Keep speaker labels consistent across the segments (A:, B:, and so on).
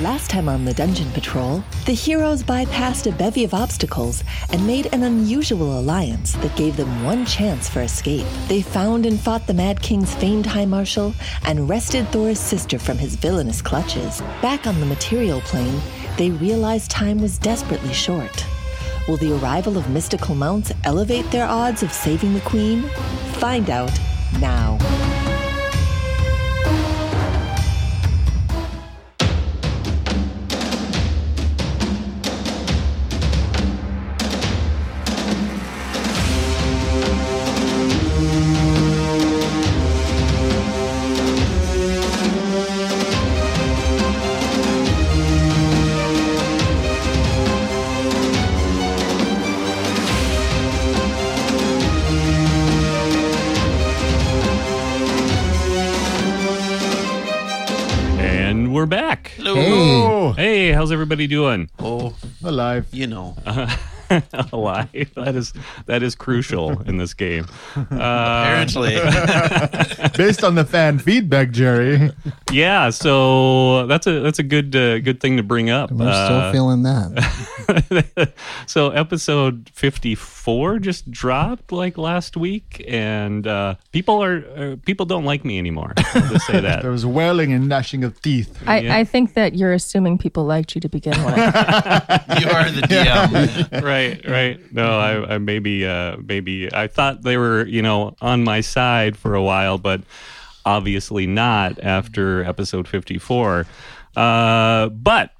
A: Last time on the Dungeon Patrol, the heroes bypassed a bevy of obstacles and made an unusual alliance that gave them one chance for escape. They found and fought the Mad King's famed High Marshal and wrested Thor's sister from his villainous clutches. Back on the material plane, they realized time was desperately short. Will the arrival of mystical mounts elevate their odds of saving the Queen? Find out now.
B: And we're back.
C: Hey,
B: Hey, how's everybody doing?
D: Oh,
C: alive.
D: you know,
B: Uh, Alive. That is that is crucial in this game. Uh,
D: apparently.
C: Based on the fan feedback, Jerry,
B: yeah, so that's a that's a good uh, good thing to bring up.
E: We're still feeling that.
B: Uh, so episode fifty four just dropped like last week, and uh, people are uh, people don't like me anymore. I'll just say that.
C: there was wailing and gnashing of teeth.
F: I, I think that you're assuming people liked you to begin with.
D: you are the DM.
B: right, right. No, I, I maybe, uh, maybe I thought they were, you know, on my side for a while, but obviously not after episode 54. Uh, but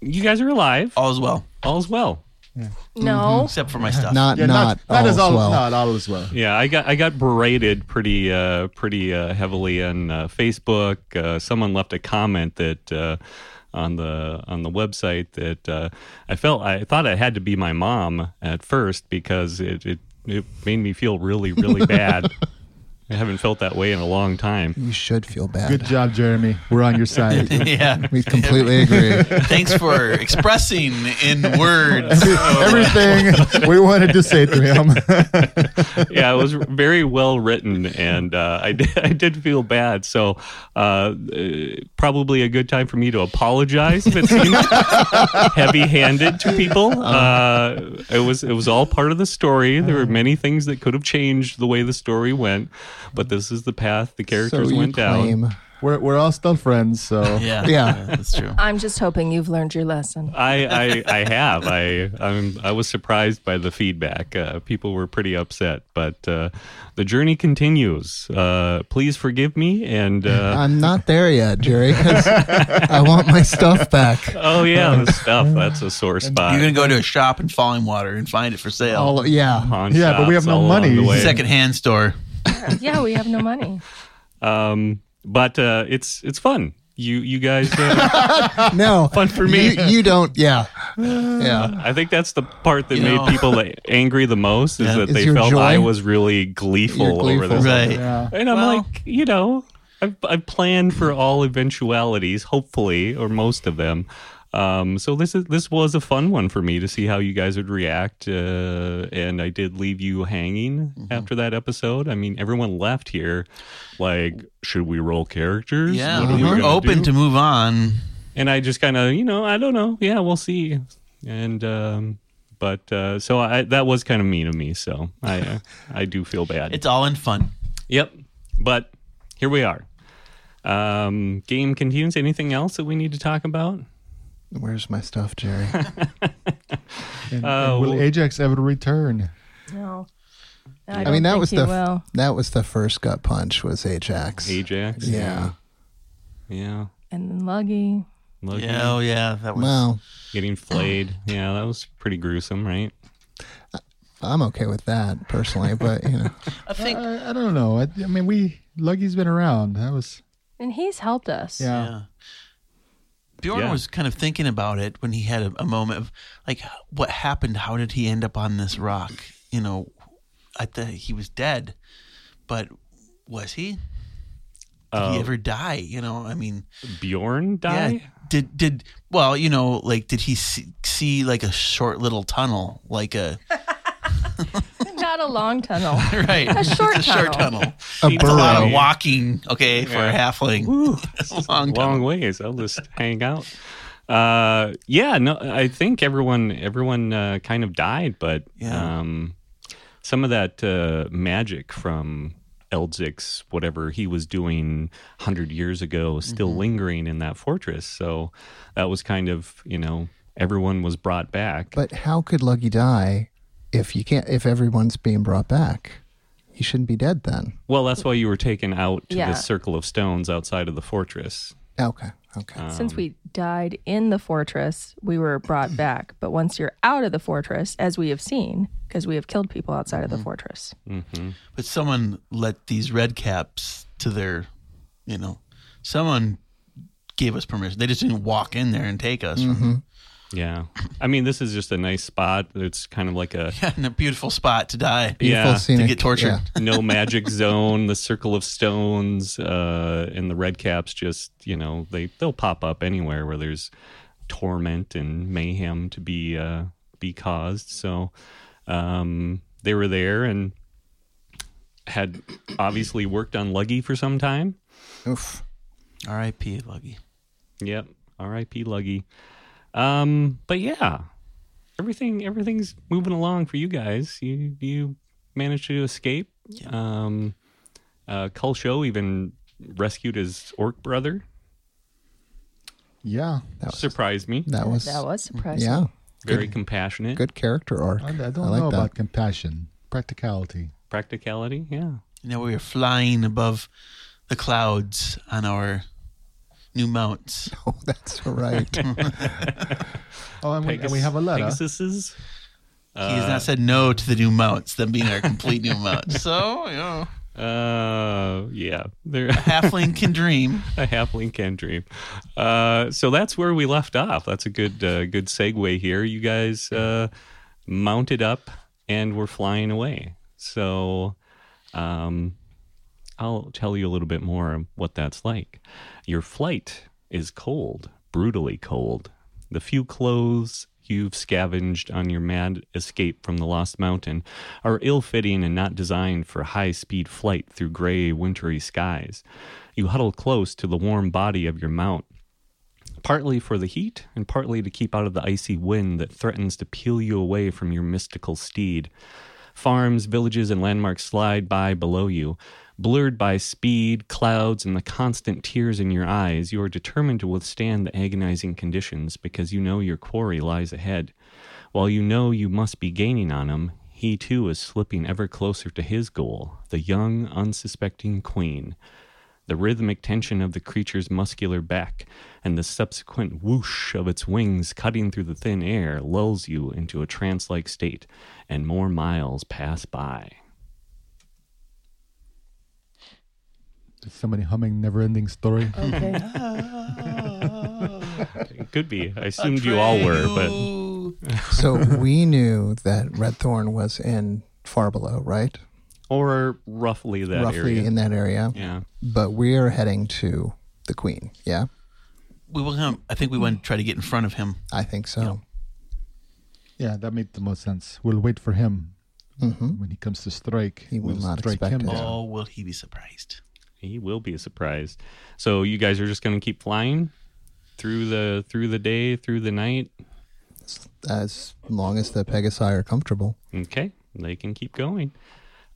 B: you guys are alive.
D: All's well,
B: All's well.
F: no.
D: except for my stuff.
E: Not
C: Yeah,
E: not,
C: not as all
E: well.
C: not all as well.
B: Yeah, I got I got berated pretty uh, pretty uh, heavily on uh, Facebook. Uh, someone left a comment that uh, on the on the website that uh, I felt I thought it had to be my mom at first because it it, it made me feel really really bad. I haven't felt that way in a long time.
E: You should feel bad.
C: Good job, Jeremy. We're on your side.
D: yeah.
E: We completely agree.
D: Thanks for expressing in words.
C: Everything we wanted to say to him.
B: Yeah, it was very well written, and uh, I did, I did feel bad. So uh, uh, probably a good time for me to apologize if it seemed heavy-handed to people.
E: Uh-huh.
B: Uh, it was it was all part of the story. There were many things that could have changed the way the story went, but this is the path the
E: so
B: characters
E: you
B: went down.
E: claim.
C: we're, we're all still friends, so
D: Yeah.
E: Yeah.
D: That's true.
F: I'm just hoping you've learned your lesson.
B: I, I I have I I'm, I was surprised by the feedback. Uh, people were pretty upset, but uh, the journey continues. Uh, please forgive me and. Uh,
E: I'm not there yet, Jerry. 'cause I want my stuff back.
B: Oh yeah, the stuff. That's a sore spot.
D: You're going to go to a shop in Falling Water and find it for sale.
E: All yeah.
B: Pawn
C: Yeah, but we have
B: shops
C: no
B: all
C: money.
B: along the way.
D: Secondhand store.
F: yeah, we have no money.
B: Um, but uh, it's it's fun. You you guys. Uh,
E: No.
B: Fun for me.
E: You, you don't. Yeah. Yeah.
B: I think that's the part that
D: You
B: made
D: know.
B: people like, angry the most is
D: Yeah.
B: that
E: Is
B: they
E: your
B: felt
E: joy?
B: I was really gleeful,
E: You're
B: over this.
E: gleeful.
D: Right.
C: yeah.
B: And I'm
D: Well-
B: like, you know, I've I've planned for all eventualities, hopefully, or most of them. Um, so this is this was a fun one for me to see how you guys would react, uh, and I did leave you hanging
D: Mm-hmm.
B: after that episode. I mean, everyone left here, like, should we roll characters?
D: Yeah.
B: What are
D: We were
B: gonna
D: open
B: do?"
D: to move on.
B: and I just kind of, you know, I don't know. Yeah, we'll see. And um, but uh, so I that was kind of mean of me. So I I do feel bad.
D: It's all in fun.
B: Yep. But here we are. Um, game continues. Anything else that we need to talk about?
E: Where's my stuff, Jerry?
C: And,
B: Uh,
C: and will
B: well-
C: Ajax ever return?
F: No.
E: I,
F: I,
E: mean, that was the
F: Will.
E: that was the first gut punch was Ajax.
B: Ajax.
E: Yeah.
B: Yeah.
F: And then Luggy.
B: Look,
D: Yeah. Oh, yeah. That was.
E: Well,
B: Getting flayed. Yeah, that was pretty gruesome, right?
E: I'm okay with that personally, but you know,
D: I think.
C: I, I don't know. I, I mean, we Luggy's been around. That was
F: And he's helped us.
C: yeah.
D: Yeah. Bjorn
B: Yeah.
D: was kind of thinking about it when he had a, a moment of like, what happened? How did he end up on this rock? You know, I thought he was dead, but was he? Did
B: Uh,
D: he ever die? You know, I mean,
B: Bjorn
D: yeah.
B: die?
D: Did did well? You know, like, did he see, see like a short little tunnel, like a
F: not a long tunnel.
D: right.
F: A short
D: it's a short
F: tunnel.
D: tunnel.
E: A
D: It's a lot of
E: burrow.
D: walking, okay, for a halfling. a long tunnel.
B: long ways. I'll just hang out. Uh, yeah, no, I think everyone everyone uh, kind of died, but
D: Yeah.
B: um, some of that uh, magic from Eldzik's whatever he was doing hundred years ago is still lingering in that fortress. So that was kind of you know everyone was brought back.
E: But how could Luggy die if you can't? If everyone's being brought back, he shouldn't be dead then.
B: well, that's why you were taken out to
F: Yeah.
B: this circle of stones outside of the fortress.
E: Okay. Okay.
B: Uh,
F: Since we died in the fortress, we were brought back. But once you're out of the fortress, as we have seen, because we have killed people outside of the fortress,
D: But someone let these red caps to their, you know, someone gave us permission. They just didn't walk in there and take us. from-
B: Yeah, I mean this is just a nice spot. It's kind of like a
D: Yeah, and a beautiful spot to die.
B: yeah.
E: Full scenic,
D: To get tortured.
E: yeah.
B: no magic zone, the circle of stones, uh, and the red caps just, you know, they, they'll pop up anywhere where there's torment and mayhem to be uh, be caused. So um, they were there and had obviously worked on Luggy for some time.
E: Oof.
D: R.I.P. Luggy.
B: Yep. R.I.P. Luggy. Um, but yeah, everything everything's moving along for you guys. You you managed to escape. Um, uh, Kulsho even rescued his orc brother.
C: Yeah.
E: That was.
B: Surprised me.
E: That was.
F: that was surprising.
E: Yeah.
B: Very compassionate.
E: Good character arc.
C: I, I don't
E: like
C: know
E: that.
C: about compassion, practicality.
B: Practicality. Yeah.
D: You know, we were flying above the clouds on our new mounts.
E: Oh, that's right.
C: Oh, and, we, and we have a letter.
B: Pegasus's.
D: he has
B: Uh,
D: not said no to the new mounts, them being our complete new mounts. So, you know,
B: Uh, yeah. There.
D: halfling can dream.
B: a halfling can dream. Uh, so that's where we left off. That's a good uh, good segue here. You guys uh, mounted up and were flying away. So um, I'll tell you a little bit more what that's like. Your flight is cold, brutally cold. The few clothes you've scavenged on your mad escape from the Lost Mountain are ill fitting and not designed for high speed flight through gray, wintry skies. You huddle close to the warm body of your mount partly for the heat and partly to keep out of the icy wind that threatens to peel you away from your mystical steed. Farms, villages, and landmarks slide by below you. Blurred by speed, clouds, and the constant tears in your eyes, you are determined to withstand the agonizing conditions because you know your quarry lies ahead. While you know you must be gaining on him, he too is slipping ever closer to his goal, the young, unsuspecting queen the rhythmic tension of the creature's muscular back and the subsequent whoosh of its wings cutting through the thin air lulls you into a trance like state, and more miles pass by.
C: Is somebody humming never ending story?
E: Oh,
F: Okay.
B: It could be. I assumed you all were, but
D: Ooh.
E: so we knew that Red Thorn was in far below, right?
B: or roughly that
E: Roughly
B: area.
E: in that area.
B: yeah.
E: But we are heading to the Queen. Yeah.
D: We will come. I think we want to try to get in front of him.
E: I think so.
C: yeah, that made the most sense. We'll wait for him. When he comes to strike,
E: Mm-hmm. He will
C: we'll
E: not
C: strike
E: expect
C: him
E: it.
C: down.
D: Oh, will he be surprised?
B: He will be surprised. So you guys are just going to keep flying through the through the day, through the night.
E: As long as the Pegasi are comfortable.
B: Okay, they can keep going.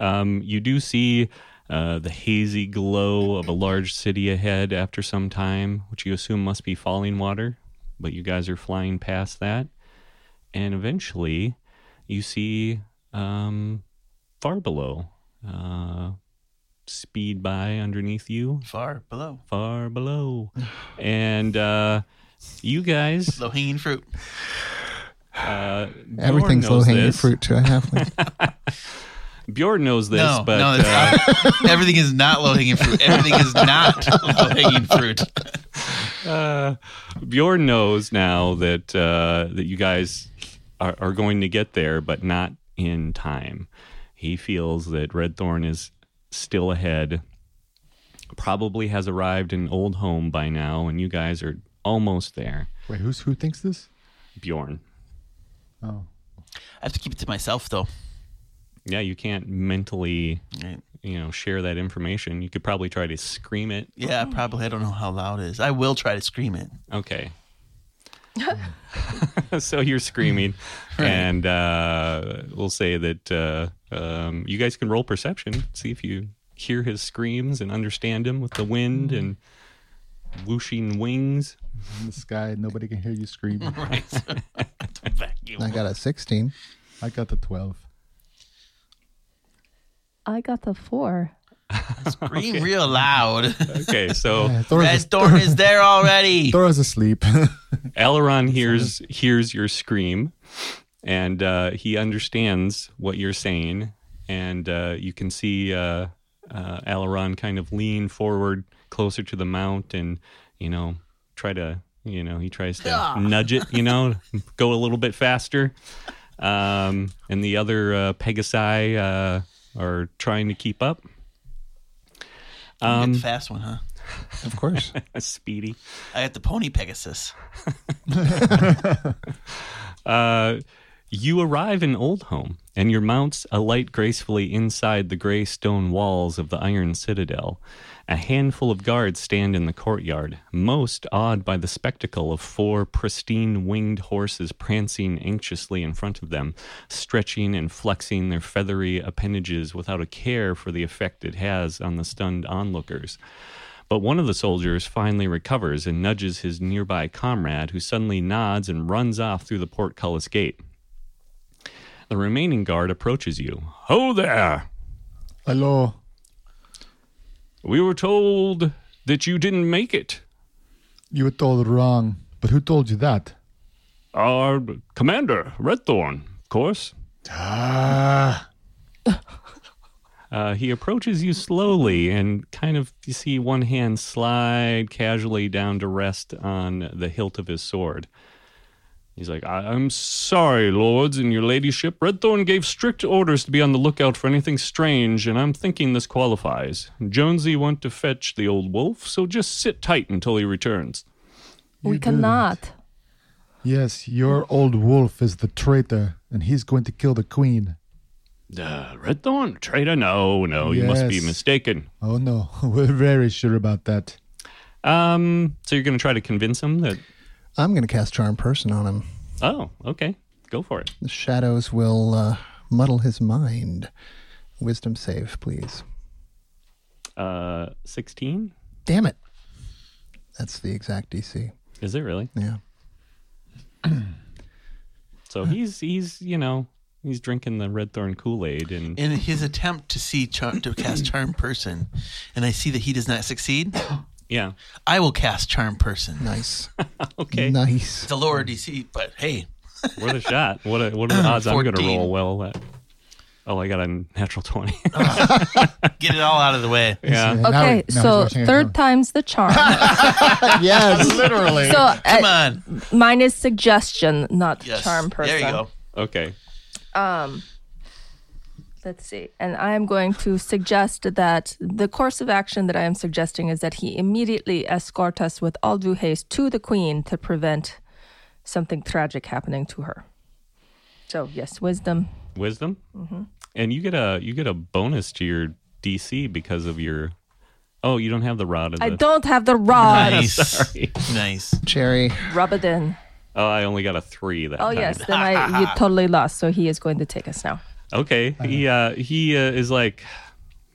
B: Um, you do see uh, the hazy glow of a large city ahead after some time, which you assume must be falling water, but you guys are flying past that. And eventually, you see um, far below, uh, speed by underneath you,
D: Far below.
B: far below. And uh, you guys,
D: Low hanging fruit.
B: uh,
E: Everything's
B: Bjorn knows
E: low hanging
B: this.
E: fruit to a halfling.
B: Bjorn knows this,
D: no,
B: but
D: no,
B: uh,
D: it's not, everything is not low hanging fruit. Everything is not low hanging fruit.
B: uh, Bjorn knows now that uh, that you guys are, are going to get there, but not in time. He feels that Red Thorn is still ahead. Probably has arrived in old home by now, and you guys are almost there.
C: Wait, who's who thinks this?
B: Bjorn,
C: Oh,
D: I have to keep it to myself though.
B: yeah, you can't mentally,
D: Right.
B: you know, share that information. You could probably try to scream it.
D: Yeah, probably. I don't know how loud it is. I will try to scream it.
B: Okay. so you're screaming, and uh, we'll say that uh, um, you guys can roll perception. See if you hear his screams and understand him with the wind and whooshing wings.
C: in the sky. Nobody can hear you scream.
D: Vacuum.
E: I got a 16.
C: I got the 12.
F: I got the four.
D: Scream real loud.
B: Okay, so
E: Thora's,
D: Red Thorn is there already.
E: Thora's asleep.
B: Aileron hears hears your scream, and uh, he understands what you're saying, and uh, you can see uh, uh, Aileron kind of lean forward closer to the mount, and you know try to you know he tries to nudge it, you know, go a little bit faster, um, and the other uh, Pegasi uh, are trying to keep up. um,
D: I got the fast one, huh?
E: of course.
B: Speedy.
D: I got the pony Pegasus.
B: Uh, you arrive in Oldholm, and your mounts alight gracefully inside the gray stone walls of the Iron Citadel. A handful of guards stand in the courtyard, most awed by the spectacle of four pristine winged horses prancing anxiously in front of them, stretching and flexing their feathery appendages without a care for the effect it has on the stunned onlookers. But one of the soldiers finally recovers and nudges his nearby comrade, who suddenly nods and runs off through the portcullis gate. The remaining guard approaches you. Ho there!
C: Hello.
B: We were told that you didn't make it.
C: You were told wrong. But who told you that?
B: Our commander, Redthorn, of course.
C: Ah.
B: Uh, he approaches you slowly and kind of you see one hand slide casually down to rest on the hilt of his sword. He's like, I- I'm sorry, lords and your ladyship. Redthorn gave strict orders to be on the lookout for anything strange, and I'm thinking this qualifies. Jonesy went to fetch the old wolf, so just sit tight until he returns.
F: we cannot.
C: Yes, your old wolf is the traitor, and he's going to kill the queen.
B: Uh, Redthorn? Traitor? No, no, you must be
C: Yes.
B: mistaken.
C: Oh no, we're very sure about that.
B: Um, so you're going to try to convince him that,
E: I'm going to cast Charm Person on him.
B: oh, okay, go for it.
E: The shadows will uh, muddle his mind. Wisdom save, please.
B: Uh, 16?
E: Damn it. That's the exact DC.
B: Is it really?
E: Yeah.
B: So he's he's you know he's drinking the red thorn Kool Aid and
D: In his attempt to see char- to cast charm person, and I see that he does not succeed,
B: yeah
D: I will cast charm person.
E: Nice.
B: okay
E: Nice.
D: It's a lower DC, but hey,
B: worth a shot. What a, what are the odds I'm gonna
D: 14.
B: roll well? That, oh, I got a natural twenty.
D: get it all out of the way.
B: yeah,
C: And now he- now
F: Okay,
C: he's
F: so
C: watching it
F: third
C: now.
F: time's the charm.
E: Yes.
C: Literally.
F: so
D: Come
F: uh,
D: on.
F: mine is suggestion, not
D: Yes.
F: charm person.
D: There you go.
B: okay.
F: Let's see. And I am going to suggest that the course of action that I am suggesting is that he immediately escort us with all due haste to the queen to prevent something tragic happening to her. So yes, wisdom.
B: Wisdom, and you get a you get a bonus to your DC because of your. Oh, you don't have the rod of the.
F: I don't have the rod.
D: Nice. Nice.
E: Cherry.
F: Rub it in.
B: Oh, I only got a three that
F: Oh
B: time.
F: yes, then I you totally lost. So he is going to take us now.
B: Okay. He uh, he uh, is like,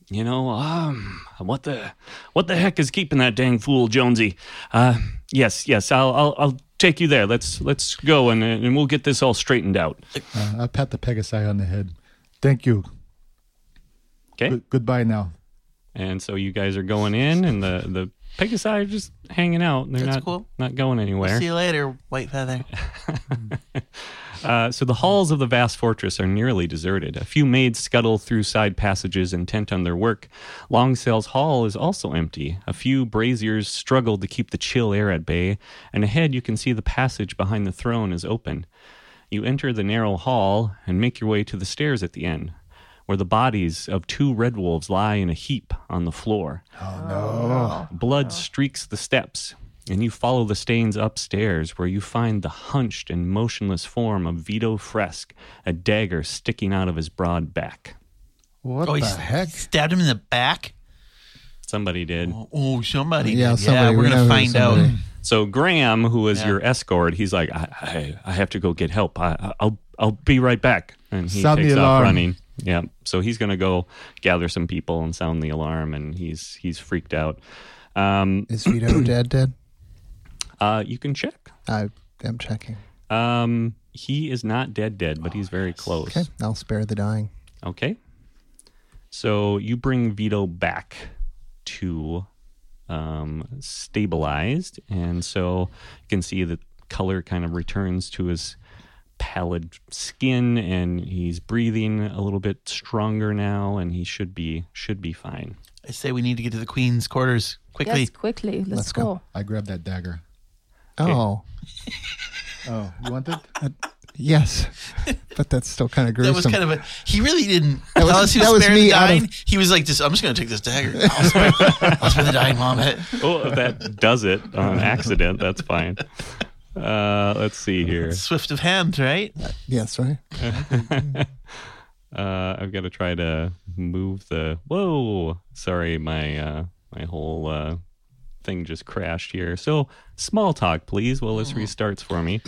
B: you know, um, what the what the heck is keeping that dang fool Jonesy? Uh, yes, yes, I'll I'll, I'll take you there. Let's let's go and and we'll get this all straightened out.
C: Uh, I pat the Pegasi on the head. Thank you.
B: Okay.
C: Good- goodbye now.
B: And so you guys are going in, and the the Pegasi are just hanging out. They're
D: That's
B: not
D: cool.
B: not going anywhere.
D: See you later, White Feather.
B: Uh, so the halls of the vast fortress are nearly deserted. A few maids scuttle through side passages intent on their work. Longsail's hall is also empty. A few braziers struggle to keep the chill air at bay, and ahead you can see the passage behind the throne is open. You enter the narrow hall and make your way to the stairs at the end, where the bodies of two red wolves lie in a heap on the floor. Blood streaks the steps, and you follow the stains upstairs, where you find the hunched and motionless form of Vito Fresk, a dagger sticking out of his broad back.
E: What
D: oh,
E: the
D: he s-
E: heck?
D: stabbed him in the back.
B: Somebody did.
D: Oh, oh, somebody.
E: Yeah,
D: Yeah,
E: somebody.
D: yeah
E: We
D: we're
E: know
D: gonna
E: who
D: find out.
E: somebody-
B: So Graham, who was
D: Yeah.
B: your escort, he's like, I, I, I have to go get help. I, I- I'll, I'll be right back. And he
C: Sound the
B: takes off
C: alarm.
B: running. Yeah. So he's gonna go gather some people and sound the alarm, and he's he's freaked out. Um,
E: Is Vito dead? Dead?
B: uh, you can check.
E: I am checking.
B: Um, he is not dead, dead, but he's very close.
E: Okay, I'll spare the dying.
B: Okay. So you bring Vito back to um, stabilized, and so you can see the color kind of returns to his pallid skin, and he's breathing a little bit stronger now, and he should be should be fine.
D: I say we need to get to the queen's quarters quickly.
F: Yes, quickly. Let's,
E: Let's
F: go.
E: go.
C: I grabbed that dagger.
E: Oh,
C: Oh, you want it?
E: yes. But that's still kind of gruesome.
D: That was kind of a. He really didn't
E: That was-
D: tell us he
E: that
D: was
E: was
D: sparing the
E: me out of-
D: dying. he was like, just, I'm just going to take this dagger. I'll spare, I'll spare the dying mom. it.
B: Oh, if that does it on accident. That's fine. Uh, let's see here.
D: Swift of hand, right?
E: yes, right?
B: Uh, I've got to try to move the. Whoa! Sorry, my uh, my whole uh, thing just crashed here. So small talk, please. While
C: Oh.
B: this restarts for me.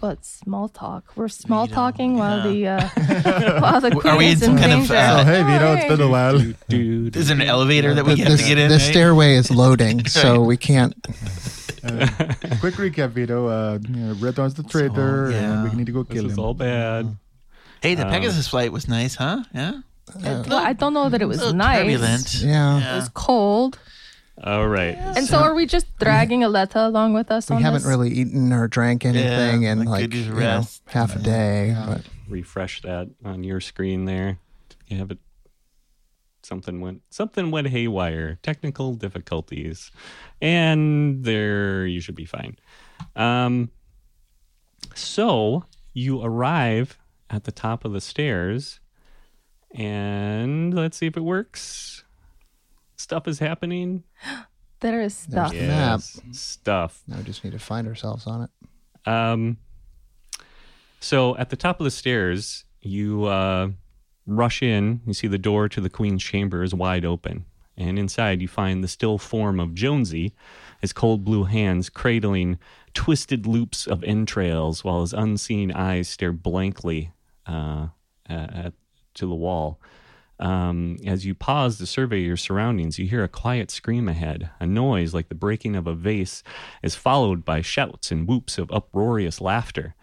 F: What small talk? We're small talking while the uh, while the queen
D: Are we
F: is
D: in some
F: in
D: kind of,
F: danger.
D: uh,
C: Oh, hey, Vito, it's been a while.
B: Dude,
D: There's an elevator that we
E: the
D: have to get in.
E: the
D: right?
E: stairway is loading, so we can't.
C: Quick recap, Vito. Uh, you know, Red Dawn's the traitor,
D: yeah.
C: and we need to go
B: this
C: kill
B: is
C: him.
B: all bad.
D: Hey, the Pegasus flight was nice, huh? Yeah.
F: Well, I don't know that it was
D: A little
F: nice.
D: turbulent.
E: Yeah.
F: It was cold.
C: Oh.
B: All right.
F: And so, are we just dragging Aletta along with us?
E: We
F: on
E: haven't
F: this?
E: really eaten or drank anything in
D: like,
E: like
D: could use
E: you know,
D: rest.
E: half a day. But
B: Refresh that on your screen there. You have it. Something went something went haywire. Technical difficulties, and there you should be fine. Um, So you arrive at the top of the stairs, and let's see if it works. Stuff is happening.
F: There is stuff.
E: Yeah. map.
B: Stuff.
E: now we just need to find ourselves on it.
B: Um, so at the top of the stairs, you uh, rush in. You see the door to the queen's chamber is wide open. And inside, you find the still form of Jonesy, his cold blue hands cradling twisted loops of entrails while his unseen eyes stare blankly uh, at, at- to the wall. Um, as you pause to survey your surroundings, you hear a quiet scream ahead. A noise like the breaking of a vase is followed by shouts and whoops of uproarious laughter.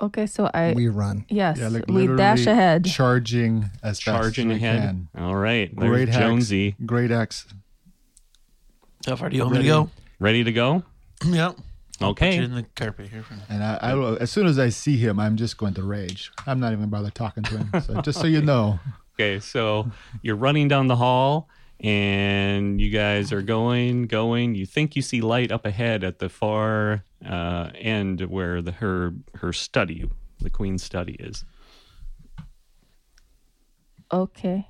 F: Okay, so I
E: we run.
F: yes,
C: Yeah, like
F: we
C: literally
F: dash ahead.
C: Charging as fast
B: Charging
C: as we
B: ahead.
C: can.
B: All right. There's
C: Great hacks.
B: Jonesy.
C: Great axe.
D: How far do you want me to go?
B: Ready to go?
D: Yeah. Put you
B: Okay.
D: in the carpet here for now.
C: And I, I will, as soon as I see him, I'm just going to rage. I'm not even bother talking to him. So just so you know,
B: Okay. So you're running down the hall and you guys are going, going. You think you see light up ahead at the far uh, end where the her her study, the queen's study is.
F: Okay,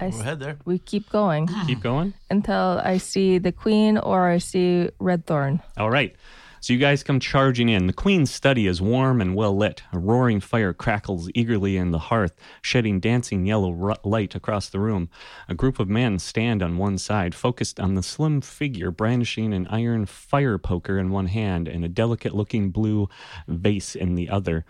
F: I
D: Go
F: s-
D: ahead there.
F: we keep going
D: Hmm.
B: Keep going.
F: until I see the queen or I see Red Thorn.
B: All right. So you guys come charging in. The queen's study is warm and well lit. A roaring fire crackles eagerly in the hearth, shedding dancing yellow ru- light across the room. A group of men stand on one side, focused on the slim figure brandishing an iron fire poker in one hand and a delicate-looking blue vase in the other.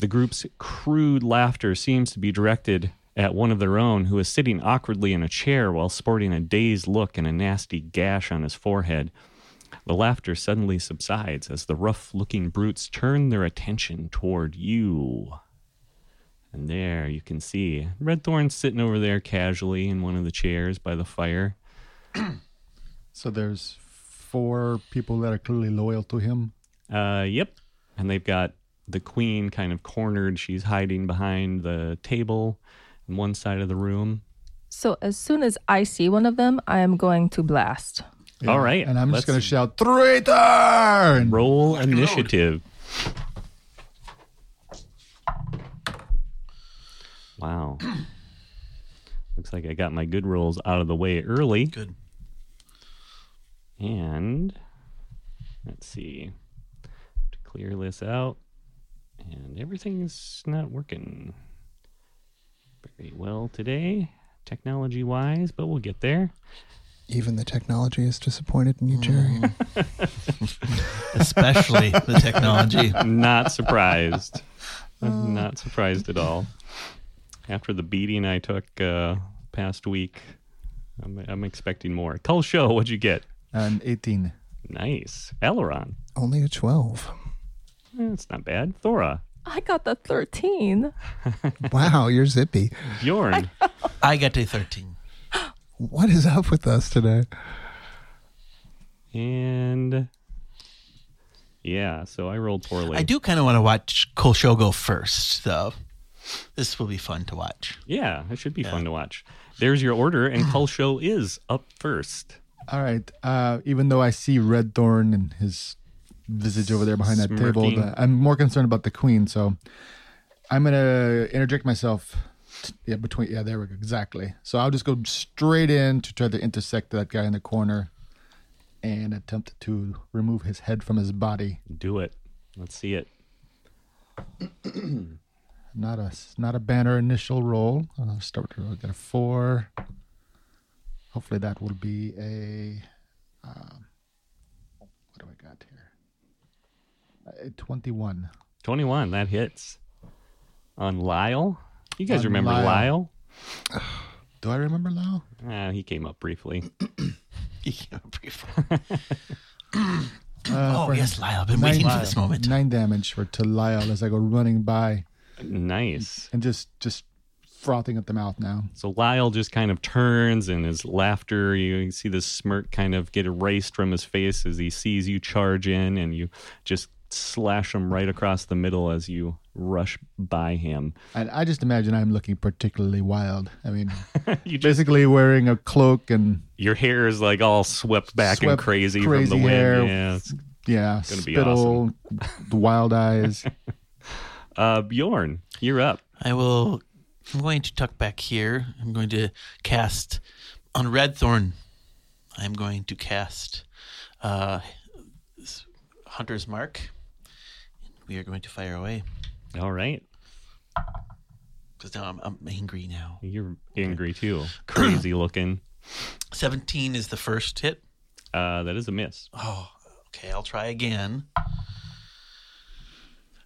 B: The group's crude laughter seems to be directed at one of their own who is sitting awkwardly in a chair while sporting a dazed look and a nasty gash on his forehead. The laughter suddenly subsides as the rough looking brutes turn their attention toward you. And there you can see Red Thorn's sitting over there casually in one of the chairs by the fire.
C: so there's four people that are clearly loyal to him.
B: Uh, yep. And they've got the queen kind of cornered. She's hiding behind the table on one side of the room.
F: So as soon as I see one of them, I am going to blast.
C: Yeah.
B: All right.
C: And I'm just
B: let's
C: going to shout, traitor! And
B: roll initiative. Wow. Looks like I got my good rolls out of the way early.
D: Good.
B: And let's see. To clear this out. And everything's not working. very well today, technology wise, but we'll get there.
E: Even the technology is disappointed in you, Jerry.
D: especially the technology.
B: Not surprised. I'm not surprised at all. After the beating I took uh, past week, I'm, I'm expecting more. Cull Show, what'd you get?
C: And 18.
B: Nice. Aileron.
E: Only a 12.
B: That's not bad. Thora.
F: I got the 13.
E: Wow, you're zippy.
B: Bjorn.
D: I got to 13.
E: What is up with us today?
B: And yeah, so I rolled poorly.
D: I do kind of want to watch Kolsho go first, though. This will be fun to watch.
B: Yeah, it should be fun to watch. There's your order, and Cull Show is up first.
C: All right. Uh, even though I see Red Thorn and his visage over there behind that table,
B: Smirking.
C: the, I'm more concerned about the queen. So I'm gonna interject myself. t- Yeah, between yeah, there we go. Exactly. So I'll just go straight in to try to intersect that guy in the corner and attempt to remove his head from his body.
B: Do it. Let's see it.
C: Not a s- not a banner initial roll. I'll start with I got a four. Hopefully that will be a. Um, what do I got here? A twenty-one.
B: 21, that hits. On Lyle. You guys
C: On
B: remember
C: Lyle.
B: Lyle?
C: Do I remember now?
B: Ah, he came up briefly.
C: Uh,
D: oh,
C: for
D: yes, Lyle. I've been waiting for this moment.
C: Nine damage for to Lyle as I go running by
B: nice.
C: and just just frothing at the mouth now.
B: So Lyle just kind of turns and his laughter, you, you see this smirk kind of get erased from his face as he sees you charge in and you just slash him right across the middle as you rush by him.
C: And I just imagine I'm looking particularly wild. I mean,
B: You just,
C: basically wearing a cloak and
B: your hair is like all swept back and
C: Swept
B: crazy,
C: crazy
B: from the wind.
C: hair.
B: Yeah, it's-
C: yeah,
B: Gonna be
C: spittle, the wild eyes.
B: Uh, Bjorn, you're up.
D: I will. I'm going to tuck back here. I'm going to cast on Red Thorn. I'm going to cast uh, Hunter's Mark. We are going to fire away
B: All right.
D: because now I'm, I'm angry now.
B: You're angry too. Crazy looking.
D: 17 is the first hit.
B: Uh, that is a miss.
D: Oh, okay. I'll try again.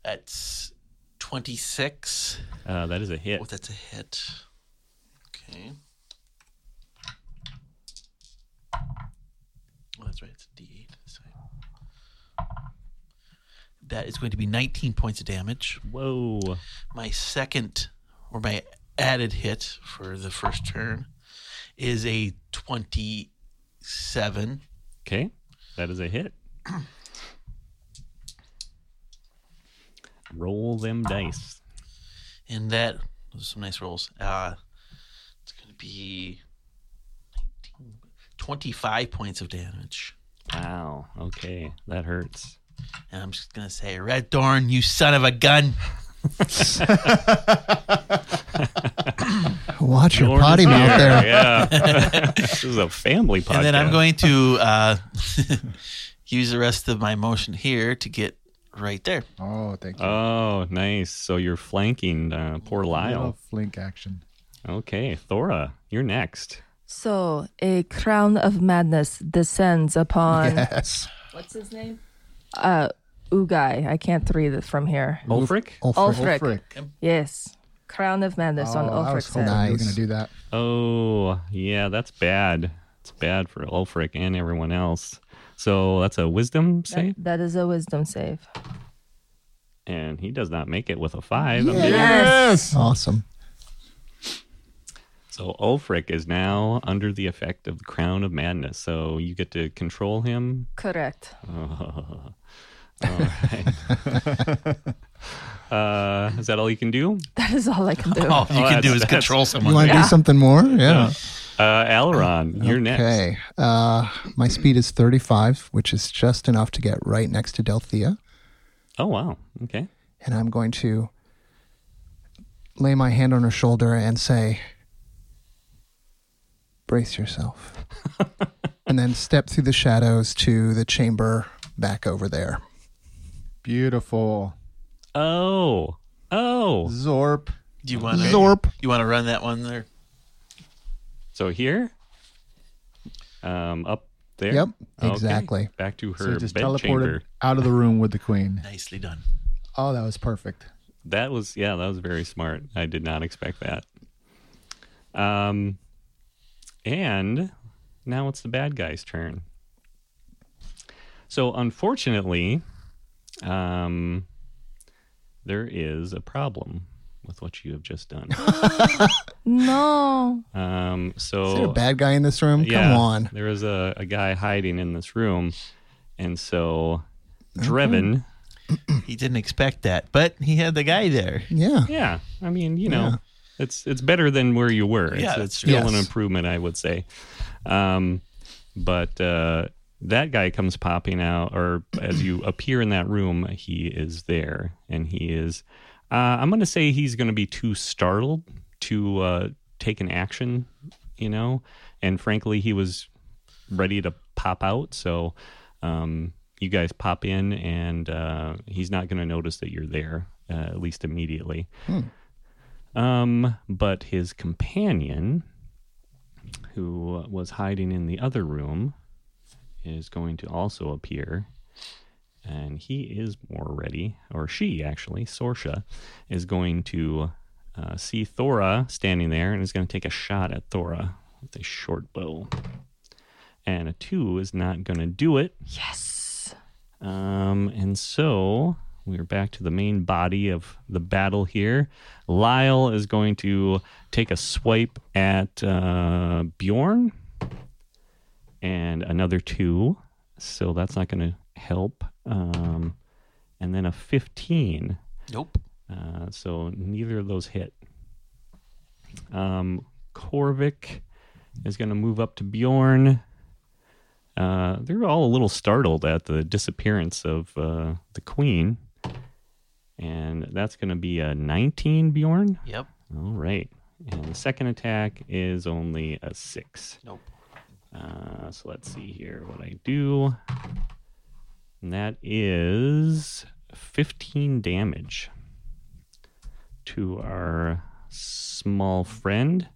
D: That's 26.
B: Uh, that is a hit.
D: Oh, that's a hit. Okay. Oh, that's right. It's a D8. That's right. That is going to be 19 points of damage.
B: Whoa.
D: My second, or my added hit for the first turn, is a 27.
B: Okay. That is a hit. Roll them dice.
D: And that those are some nice rolls. Uh, it's going to be 19, 25 points of damage.
B: Wow. Okay. That hurts.
D: And I'm just gonna say, Red Thorn, you son of a gun.
E: Watch your
B: Bjorn
E: potty
B: is
E: mouth
B: here.
E: there.
B: Yeah. this is a family podcast.
D: And then I'm going to uh, use the rest of my motion here to get right there.
C: Oh, thank you.
B: Oh, nice. So you're flanking uh, poor
C: Little
B: Lyle.
C: flink action.
B: Okay. Thora, you're next.
F: So a crown of madness descends upon
E: Yes.
F: what's his name? Uh, Ugai. I can't read it from here.
B: Ulfric?
F: Ulfric.
C: Frick.
F: Yes, crown of madness on
C: Oh, I was
F: Ulfric's
C: hoping
F: head.
E: that.
C: you were
E: Nice.
C: gonna do that.
B: Oh, yeah. That's bad. It's bad for Ulfric and everyone else. So that's a wisdom save?
F: That- that is a wisdom save.
B: and he does not make it with a five.
E: Yes. Awesome.
B: So Ulfric is now under the effect of the crown of madness. So you get to control him.
F: Correct.
B: all right. uh, is that all you can do?
F: That is all I can do.
C: Oh.
D: All you can
B: that's-
D: do is
B: that's-
D: control
E: You
D: someone.
E: want to do something more? Yeah.
B: Uh, Aileron, you're next.
E: Oh, Okay. Uh, my speed is 35, which is just enough to get right next to Delthea.
B: Oh wow. Okay.
E: And I'm going to lay my hand on her shoulder and say, Brace yourself. and then step through the shadows to the chamber back over there.
C: Beautiful.
B: Oh. Oh.
C: Zorp.
D: Do you want to
E: Zorp.
D: You want to run that one there?
B: So here, um, up there.
E: Yep,
B: Okay.
E: exactly.
B: Back to
C: So
B: her
C: he just
B: bed
C: teleported
B: chamber.
C: out of the room with the queen.
D: Nicely done.
C: Oh, that was perfect.
B: That was yeah, that was very smart. I did not expect that. Um, and now it's the bad guy's turn. So unfortunately, um, there is a problem with what you have just done.
F: No.
B: Um, so
E: Is there a bad guy in this room? Come on.
B: There was a, a guy hiding in this room. And so Dreven,
D: He didn't expect that, but he had the guy there.
E: Yeah.
B: yeah, I mean, you know, it's it's better than where you were.
D: Yeah,
B: it's,
D: that's
B: it's still an
E: Yes.
B: improvement, I would say. Um, but uh, that guy comes popping out, or as you appear in that room, he is there, and he is. Uh, I'm going to say he's going to be too startled to uh, take an action, you know. And frankly, he was ready to pop out, so um, you guys pop in, and uh, he's not going to notice that you're there, uh, at least immediately. Um, but his companion, who was hiding in the other room, is going to also appear. And he is more ready, or she actually, Sorsha, is going to uh, see Thora standing there and is going to take a shot at Thora with a short bow. And a two is not going to do it.
F: Yes.
B: Um, and so we're back to the main body of the battle here. Lyle is going to take a swipe at uh, Bjorn and another two. So that's not going to help. Um, and then a 15.
D: Nope.
B: Uh, so neither of those hit. Um, Korvik is going to move up to Bjorn. Uh, they're all a little startled at the disappearance of uh, the queen. And that's going to be a 19 Bjorn.
D: Yep.
B: All right. And the second attack is only a six.
D: Nope.
B: Uh, so let's see here what I do. And that is 15 damage to our small friend.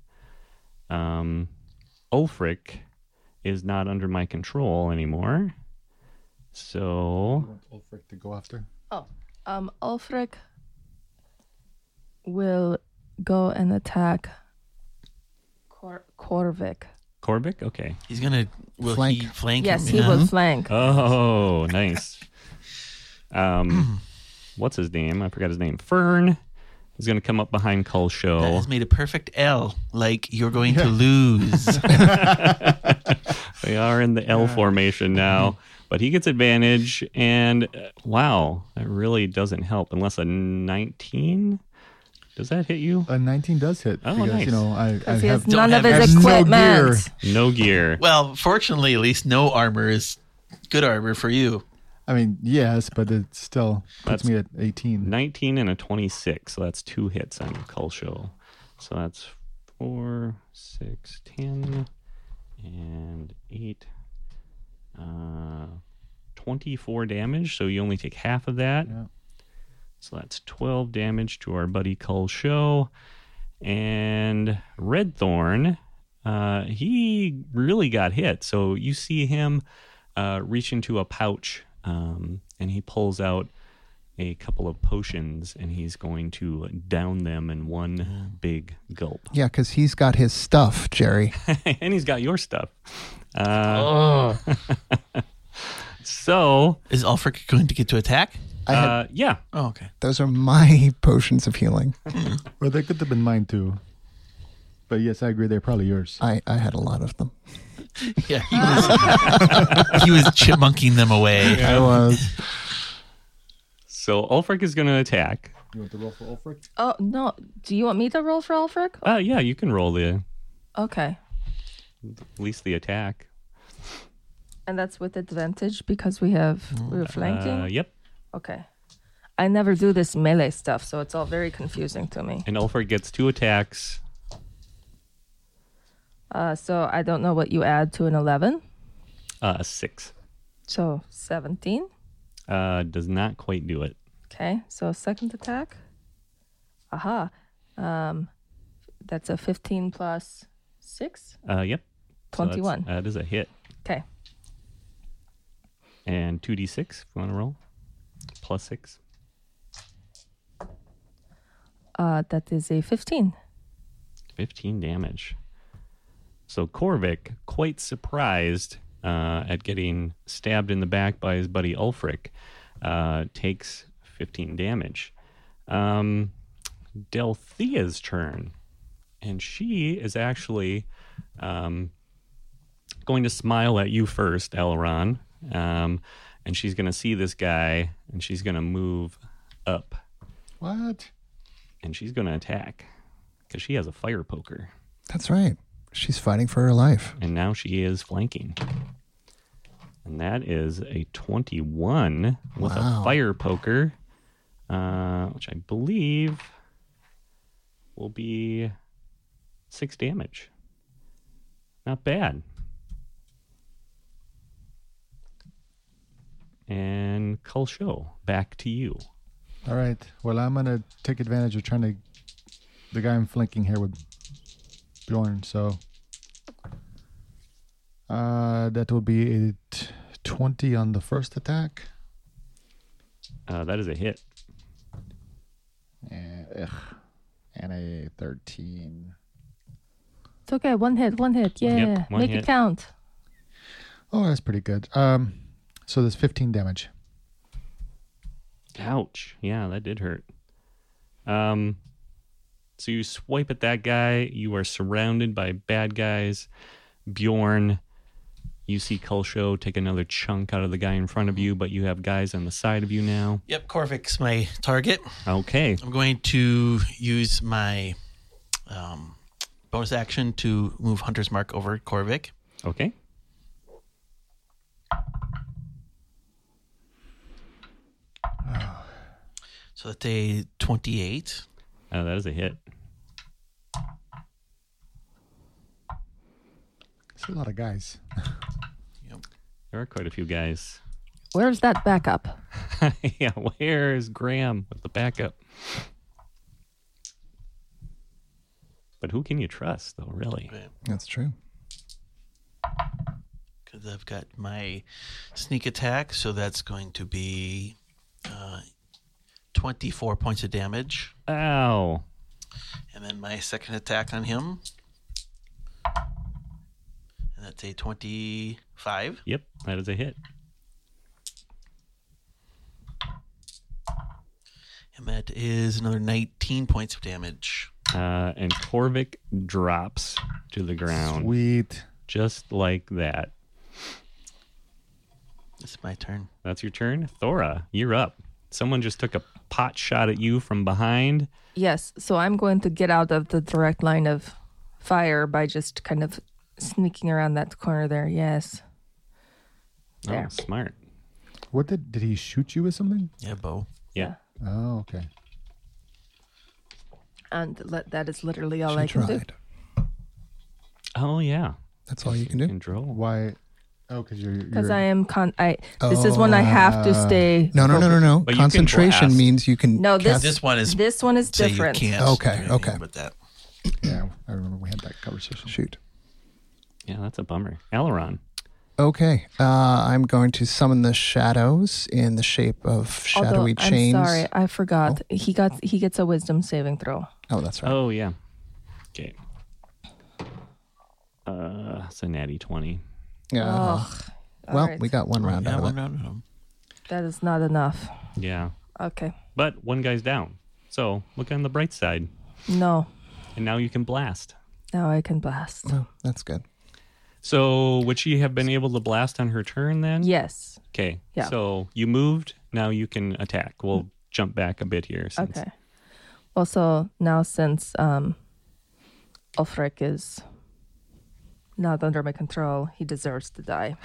B: Um, Ulfric is not under my control anymore. So,
C: Ulfric to go after.
F: Um, Ulfric will go and attack Cor- Korvik.
B: Korbic? Okay.
D: He's gonna will
E: Flank.
D: he flank
F: Yes,
D: him?
F: he
C: Uh-huh.
F: will flank.
B: Oh, nice. Um, what's his name? I forgot his name. Fern is going to come up behind Cull Show.
D: That has made a perfect L. Like you're going to lose.
B: They are in the L formation now, but he gets advantage, and uh, wow, that really doesn't help unless a 19. Does that hit you?
C: Uh, 19 does hit.
B: Oh,
C: because,
B: nice.
C: You know, I, I
F: He
C: have
F: has
D: Don't
F: none of
D: have
F: his
C: extra- No gear.
F: equipment.
B: No gear.
D: well, fortunately, at least no armor is good armor for you.
C: I mean, yes, but it still puts
B: That's-
C: me at 18.
B: 19 and a 26. So that's two hits on Cull Show. So that's 4, 6, 10, and 8. Uh, 24 damage. So you only take half of that.
C: Yeah.
B: So that's 12 damage to our buddy Cull Show. And Redthorn, uh, he really got hit. So you see him uh, reach into a pouch um, and he pulls out a couple of potions and he's going to down them in one big gulp.
E: Yeah, because he's got his stuff, Jerry.
B: and he's got your stuff. Uh, so,
D: Is Ulfric going to get to attack?
B: uh, yeah.
D: Oh, okay.
E: Those are my potions of healing.
C: Well, they could have been mine too. But yes, I agree. They're probably yours.
E: I, I had a lot of them.
D: Yeah, he was, he was chipmunking them away.
E: I was.
B: So Ulfric is going to attack.
C: You want to roll for Ulfric?
F: Oh no! Do you want me to roll for Ulfric?
B: Uh, yeah, you can roll the
F: Okay,
B: at least the attack.
F: and that's with advantage because we have we're flanking.
B: Uh, yep.
F: Okay, I never do this melee stuff, so it's all very confusing to me.
B: And Ulfric gets two attacks.
F: Uh, so I don't know what you add to an eleven.
B: Uh, a six.
F: So seventeen.
B: Uh, does not quite do it.
F: Okay, so second attack. Aha, Um, That's a 15 plus 6,
B: Uh, yep. So that's-
F: 21.
B: that is a hit.
F: okay.
B: And 2d6 if you want to roll. Plus 6.
F: Uh, that is a 15.
B: 15 damage. So Korvik, quite surprised uh, at getting stabbed in the back by his buddy Ulfric, uh, takes 15 damage. Um, Delthea's turn. And she is actually um, going to smile at you first, Elron. Um, and she's going to see this guy and she's going to move up
C: What?
B: and she's going to attack because she has a fire poker.
E: That's right. She's fighting for her life.
B: and now she is flanking. And that is a 21 with
E: Wow.
B: a fire poker, uh, which I believe will be six damage. Not bad. And Kulsho, back to you.
C: All right. Well, I'm gonna take advantage of trying to. The guy I'm flanking here with Bjorn. So. Uh, that will be a t- twenty on the first attack.
B: Uh, that is a hit.
C: And, Eh, ugh, and a thirteen.
F: It's okay. One hit, one hit. Yeah.
B: Yep, one
F: Make
B: hit.
F: it count.
C: Oh, that's pretty good. Um, so there's fifteen damage.
B: Ouch. Yeah, that did hurt. Um so you swipe at that guy, you are surrounded by bad guys. Bjorn, you see Kulsho take another chunk out of the guy in front of you, but you have guys on the side of you now.
D: Yep, Corvik's my target.
B: Okay.
D: I'm going to use my um, bonus action to move Hunter's Mark over Corvik.
B: Okay.
D: So that's a 28.
B: Uh, that is a hit.
C: It's a lot of guys.
B: There are quite a few guys.
F: Where's that backup?
B: yeah, where's Graham with the backup? But who can you trust though, really?
E: That's true.
D: because I've got my sneak attack, so that's going to be uh, 24 points of damage.
B: Ow.
D: And then my second attack on him, and that's a 25.
B: Yep, that is a hit.
D: And that is another 19 points of damage.
B: uh, and Korvik drops to the ground
C: Sweet.
B: just like that.
D: It's my turn.
B: That's your turn, Thora. You're up. Someone just took a pot shot at you from behind.
F: Yes. So I'm going to get out of the direct line of fire by just kind of sneaking around that corner there. Yes.
B: Oh,
F: There.
B: smart.
C: What did did he shoot you with something?
D: Yeah, Bo.
B: Yeah.
C: Oh, okay.
F: And let, that is literally all
E: She
F: I can do.
E: tried.
B: Oh yeah.
E: That's all you can do.
B: Control.
C: Why? Oh, because you're
F: Because
C: you're-
F: I am con. I
E: Oh,
F: this is when I have
E: uh,
F: to stay.
E: No, no, no, no, no.
B: But you can
E: Concentration
B: blast.
E: means you can.
F: No, this
E: cast-
D: This one is
F: This one is
D: so you
F: different.
D: can't.
E: Okay,
D: do anything
E: okay.
D: With that,
C: Yeah, I remember we had that conversation.
E: shoot.
B: Yeah, that's a bummer. Aileron.
E: Okay, uh, I'm going to summon the shadows in the shape of shadowy
F: Although,
E: chains.
F: I'm sorry, I forgot. He got he gets a wisdom saving throw.
E: Oh, that's right.
B: Oh yeah. Okay. Uh, it's a natty twenty.
E: yeah.
F: Ugh. all
E: well,
F: right.
E: we got one round
D: yeah,
E: out of
D: one
E: that.
D: round of them.
F: that is not enough.
B: Yeah,
F: Okay,
B: but one guy's down. So look on the bright side,
F: no,
B: and now you can blast.
F: now I can blast.
E: Oh, that's good.
B: So would she have been able to blast on her turn then?
F: Yes.
B: Okay.
F: Yeah.
B: So you moved. Now you can attack. We'll jump back a bit here. Since
F: Okay. Well, so now since um, Ulfric is not under my control, he deserves to die.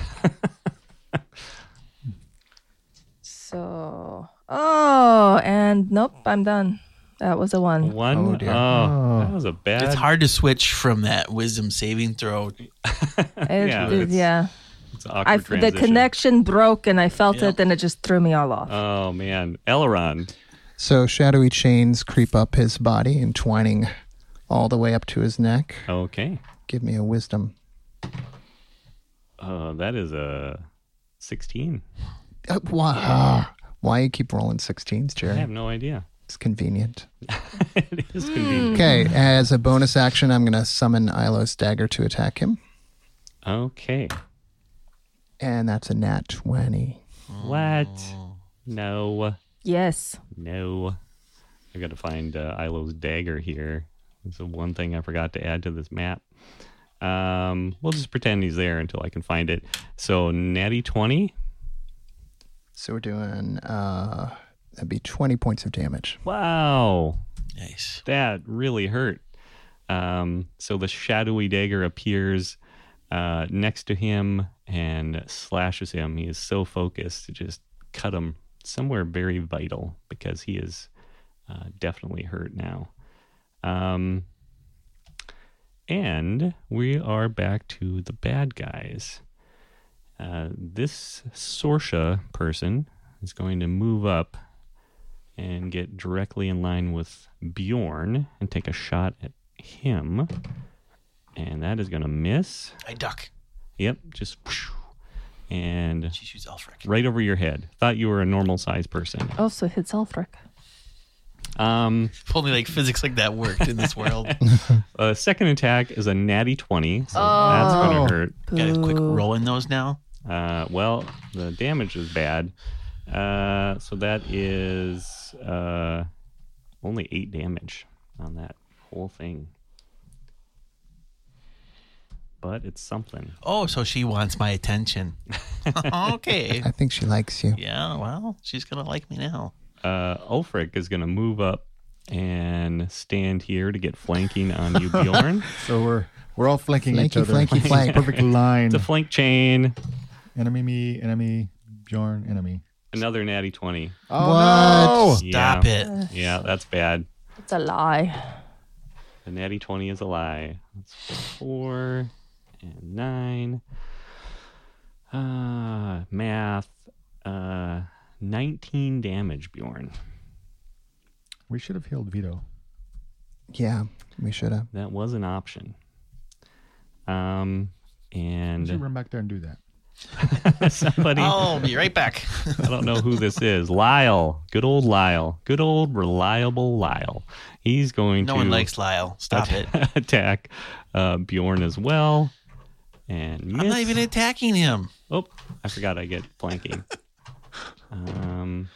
F: so, oh, and nope, I'm done. That was a one.
B: One.
E: Oh,
B: Oh,
E: dear.
B: that was a bad.
D: It's hard to switch from that wisdom saving throw.
F: It-
B: Yeah,
F: it-
B: it's-
F: yeah.
B: It's an awkward
F: I the
B: transition. Uh,
F: connection broke and I felt
D: Yeah.
F: it and it just threw me all off.
B: Oh man, Aileron.
E: So shadowy chains creep up his body, entwining all the way up to his neck.
B: Okay.
E: Give me a wisdom.
B: Uh, that is a 16.
E: Uh, why? Why you keep rolling 16s,
B: I have
E: Jerry?
B: no idea.
E: It's convenient.
B: it is convenient.
E: Okay, as a bonus action, I'm going to summon Ilo's dagger to attack him.
F: Hmm.
B: Okay.
E: And that's a nat 20.
B: What?
D: Oh.
B: No.
F: Yes.
B: No. I got to find uh, Ilo's dagger here. It's the one thing I forgot to add to this map. Um, we'll just pretend he's there until I can find it. So, natty 20.
E: So we're doing, uh, that'd be 20 points of damage.
B: Wow.
D: Nice.
B: That really hurt. Um, so the shadowy dagger appears uh, next to him and slashes him. He is so focused to just cut him somewhere very vital because he is uh, definitely hurt now. Um, and we are back to the bad guys. Uh, this Sorsha person is going to move up and get directly in line with Bjorn and take a shot at him. And that is going to miss.
D: I duck.
B: Yep, just whoosh. and
D: She shoots Elfric.
B: right over your head. Thought you were a normal sized person.
F: Also hits Ulfric.
B: Um,
D: If only like physics like that worked in this world.
B: uh, second attack is a natty 20, so that's going to hurt.
D: Got a quick roll in those now.
B: Uh, well, the damage is bad. Uh, so that is uh, only eight damage on that whole thing. But it's something.
D: Oh, so she wants my attention. okay.
E: I think she likes you.
D: Yeah, well, she's going to like me now.
B: Uh, Ulfric is going to move up and stand here to get flanking on you, Bjorn.
C: So we're we're all flanking each
E: Flanky,
C: other.
E: flanky,
C: It's a
E: flank.
C: Perfect line.
B: It's a flank chain.
C: enemy me, enemy Bjorn, enemy.
B: Another natty 20.
C: Oh
D: Stop
B: yeah.
D: it.
B: Yeah, that's bad.
F: It's a lie.
B: The natty 20 is a lie. That's four and nine. Uh, math. Uh, 19 damage, Bjorn.
C: We should have healed Vito.
E: Yeah, we should have.
B: That was an option. Um,
C: We should
B: and
C: run back there and do that.
B: somebody.
D: I'll be right back.
B: I don't know who this is. Lyle. Good old Lyle. Good old reliable Lyle. He's going
D: No
B: to
D: one likes Lyle. Stop it.
B: attack uh, Bjorn as well. And miss.
D: I'm not even attacking him.
B: Oh, I forgot I get flanking. um,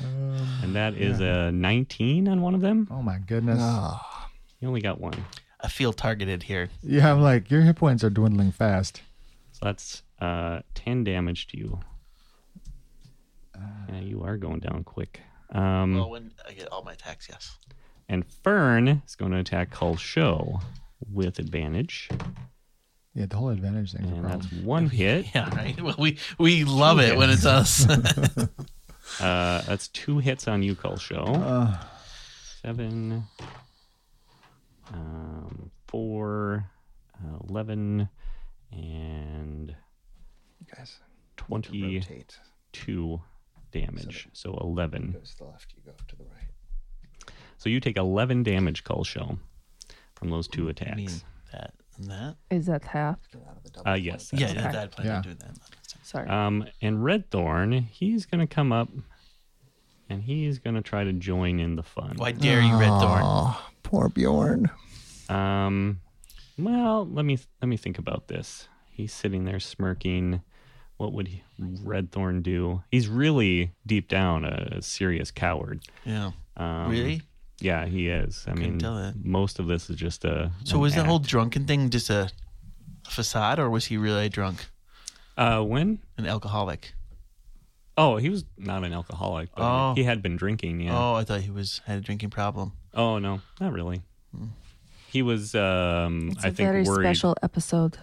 B: and that is a 19 on one of them.
C: Oh my goodness.
B: You only got one.
D: I feel targeted here.
C: Yeah, I'm like your hit points are dwindling fast.
B: So that's uh, 10 damage to you. yeah, you are going down quick. Um,
D: Well, when I get all my attacks, yes.
B: And Fern is going to attack Hull Show with advantage.
C: Yeah, the whole advantage thing.
B: And Mm, that's one hit.
D: Yeah, right. Well, we we love it when it's us.
B: Uh, that's two hits on you, Hull Show.
E: Uh.
B: Seven, um, four, uh, 11, and
E: You guys
B: 22
E: rotate.
B: damage. So 11.
E: Goes to the left, you go to the right.
B: So you take 11 damage, Hull Show, from those two
D: I
B: attacks.
D: mean that and that.
F: Is that half?
B: uh, yes.
D: Yeah, that, that plan
C: Yeah.
D: on doing that.
F: Sorry.
B: Um, and Red Thorn, he's going to come up and he's going to try to join in the fun.
D: Why dare you, Red Thorn?
E: Oh, poor Bjorn.
B: Um, well, let me let me think about this. He's sitting there smirking. What would he, Red Thorn do? He's really deep down a serious coward.
D: Yeah.
B: Um,
D: Really?
B: Yeah, he is. I mean,
D: tell that.
B: most of this is just a.
D: So
B: an
D: was the
B: act.
D: whole drunken thing just a facade, or was he really drunk,
B: uh, when?
D: an alcoholic?
B: Oh, he was not an alcoholic, but
D: Oh.
B: he had been drinking. Yeah.
D: Oh, I thought he was had a drinking problem.
B: Oh no, not really.
D: Hmm.
B: He was, um,
F: it's a
B: I think,
F: very
B: worried
F: special episode.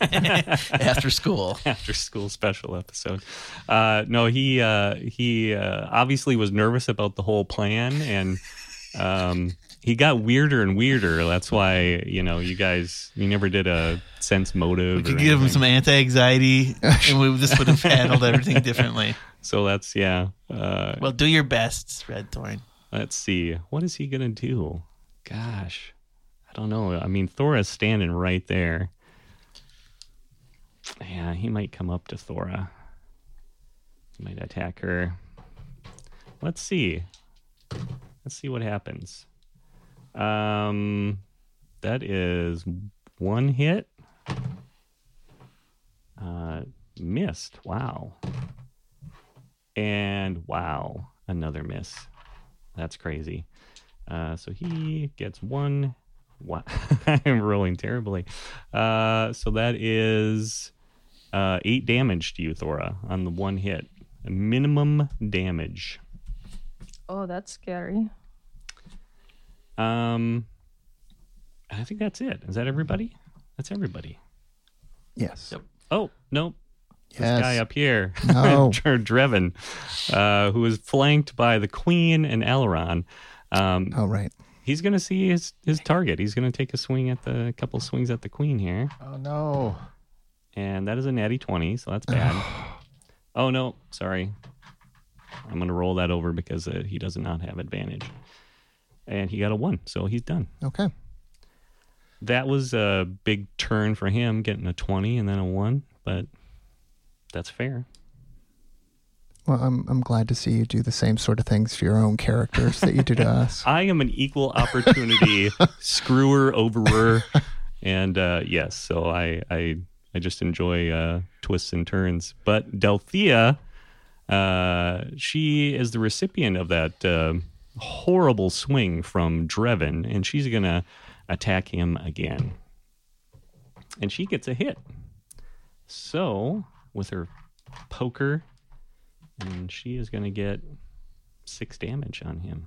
D: After school,
B: after school special episode. Uh, no, he uh, he uh, obviously was nervous about the whole plan, and um, he got weirder and weirder. That's why you know you guys you never did a sense motive.
D: we
B: or
D: could give him
B: anything.
D: some anti-anxiety, and we, this would have handled everything differently.
B: So that's yeah. Uh,
D: Well, do your best, Red Thorn.
B: Let's see. What is he going to do? Gosh. I don't know. I mean, Thora's standing right there. Yeah, he might come up to Thora. He might attack her. Let's see. Let's see what happens. Um, that is one hit. Uh, missed. Wow. And wow, another miss. That's crazy. Uh, so he gets one. Wow, I'm rolling terribly. Uh, so that is uh, eight damage to you, Thora, on the one hit. Minimum damage.
F: Oh, that's scary.
B: Um, I think that's it. Is that everybody? That's everybody.
E: Yes.
B: Oh no, this
E: Yes.
B: guy up here,
E: No.
B: Dr. Drevin, uh, who is flanked by the Queen and Aileron. Um,
E: Oh, right.
B: he's going to see his his target. He's going to take a swing at the a couple swings at the Queen here,
C: Oh no.
B: and that is a natty twenty, so that's bad. oh no, sorry. I'm going to roll that over because uh, he does not have advantage, and he got a one, so he's done.
E: Okay.
B: that was a big turn for him getting a 20 and then a 1 but that's fair
E: Well, I'm I'm glad to see you do the same sort of things to your own characters that you do to us.
B: i am an equal opportunity screwer overer and uh, yes so i i i just enjoy uh, twists and turns but delthea uh, she is the recipient of that uh, horrible swing from Drevin, and she's gonna attack him again. And she gets a hit. So with her poker, and she is gonna get six damage on him,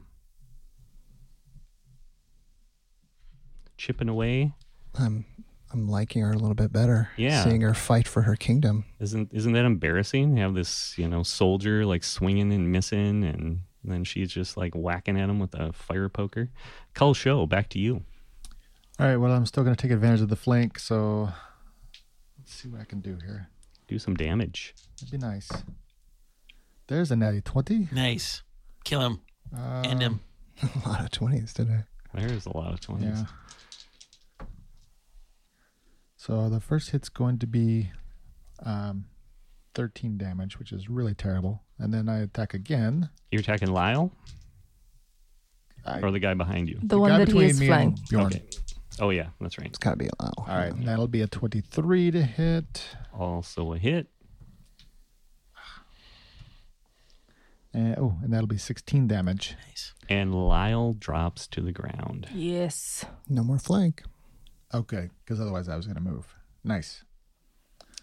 B: chipping away.
E: I'm I'm liking her a little bit better.
B: Yeah.
E: Seeing her fight for her kingdom.
B: Isn't isn't that embarrassing? You have this you know soldier like swinging and missing, and then she's just like whacking at him with a fire poker. Cull show back to you.
C: All right. Well, I'm still going to take advantage of the flank, so let's see what I can do here.
B: Do some damage.
C: That'd be nice. There's a natty twenty.
D: Nice. Kill him.
C: Uh,
D: End him.
E: A lot of twenties today.
B: There's a lot of twenties.
C: Yeah. So the first hit's going to be um, 13 damage, which is really terrible. And then I attack again.
B: You're attacking Lyle
C: I-
B: or the guy behind you.
F: The, one that he is
C: me
F: flanked.
C: and Bjorn.
B: Okay. Oh yeah, that's right.
E: It's gotta be a
C: All right, and that'll be a 23 to hit,
B: Also a hit.
C: and, oh, and that'll be 16 damage.
D: Nice.
B: And Lyle drops to the ground.
F: Yes.
E: No more flank.
C: Okay, because otherwise I was gonna move. Nice.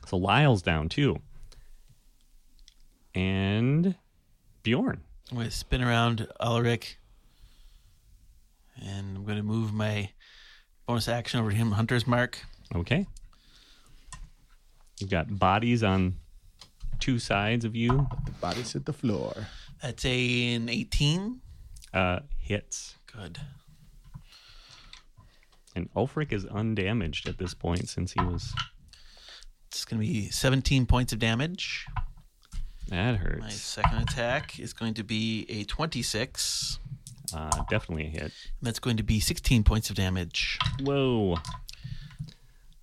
B: So Lyle's down too. And Bjorn.
D: I'm going to spin around Ulrich. And I'm going to move my bonus action over to him, Hunter's Mark.
B: Okay. You've got bodies on two sides of you.
C: The bodies hit the floor.
D: That's a, an 18.
B: Uh, hits.
D: Good.
B: And Ulfric is undamaged at this point since he was.
D: It's going to be 17 points of damage.
B: That
D: My
B: hurts.
D: second attack is going to be a 26.
B: Uh, definitely a hit.
D: And that's going to be 16 points of damage.
B: Whoa.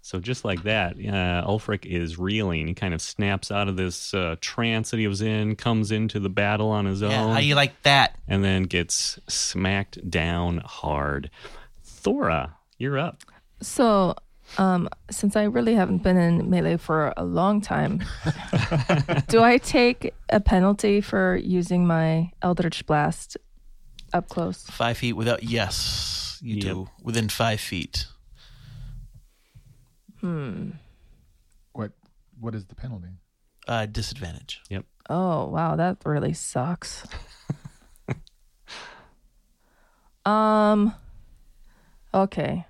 B: So just like that, uh, Ulfric is reeling. He kind of snaps out of this uh, trance that he was in, comes into the battle on his
D: Yeah,
B: own,
D: how you like that?
B: and then gets smacked down hard. Thora, you're up.
F: So, um, since I really haven't been in melee for a long time, do I take a penalty for using my Eldritch Blast up close?
D: Five feet without. Yes, you
B: Yep.
D: do. Within five feet.
C: What? What is the penalty?
D: Uh, disadvantage.
B: Yep.
F: Oh, wow, that really sucks. um, okay.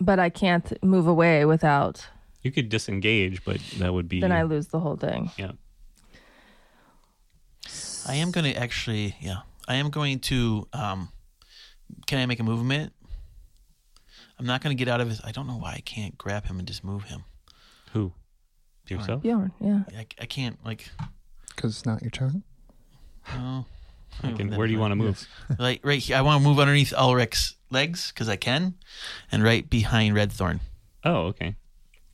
F: But I can't move away without,
B: You could disengage, but that would be
F: then I lose the whole thing.
B: yeah.
D: I am going to actually. Yeah. I am going to. Um, can I make a movement? I'm not going to get out of his. I don't know why I can't grab him and just move him.
B: Who? Yourself?
F: Bjorn, yeah.
D: I, I can't, like.
E: Because it's not your turn.
D: Oh.
B: I can, where do you want to move?
D: like right here. I want to move underneath Ulrich's legs because I can, and right behind Redthorn.
B: Oh, okay.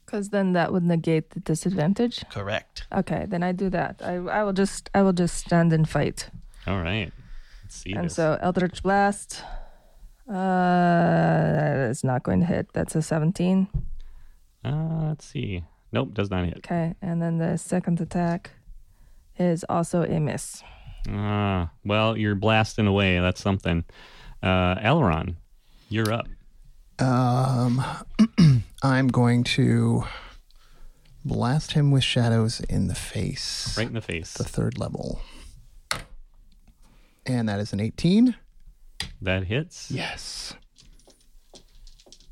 F: Because then that would negate the disadvantage.
D: Correct.
F: Okay, then I do that. I, I will just I will just stand and fight.
B: All right. Let's see.
F: And
B: this.
F: so Eldritch Blast. Uh, it's not going to hit. That's a 17.
B: uh, let's see. Nope, does not hit.
F: Okay, and then the second attack is also a miss.
B: Ah, well, you're blasting away. That's something. Uh, Elron, you're up.
E: Um, I'm going to blast him with shadows in the face.
B: Right in the face.
E: The third level. And that is an 18.
B: That hits.
E: Yes.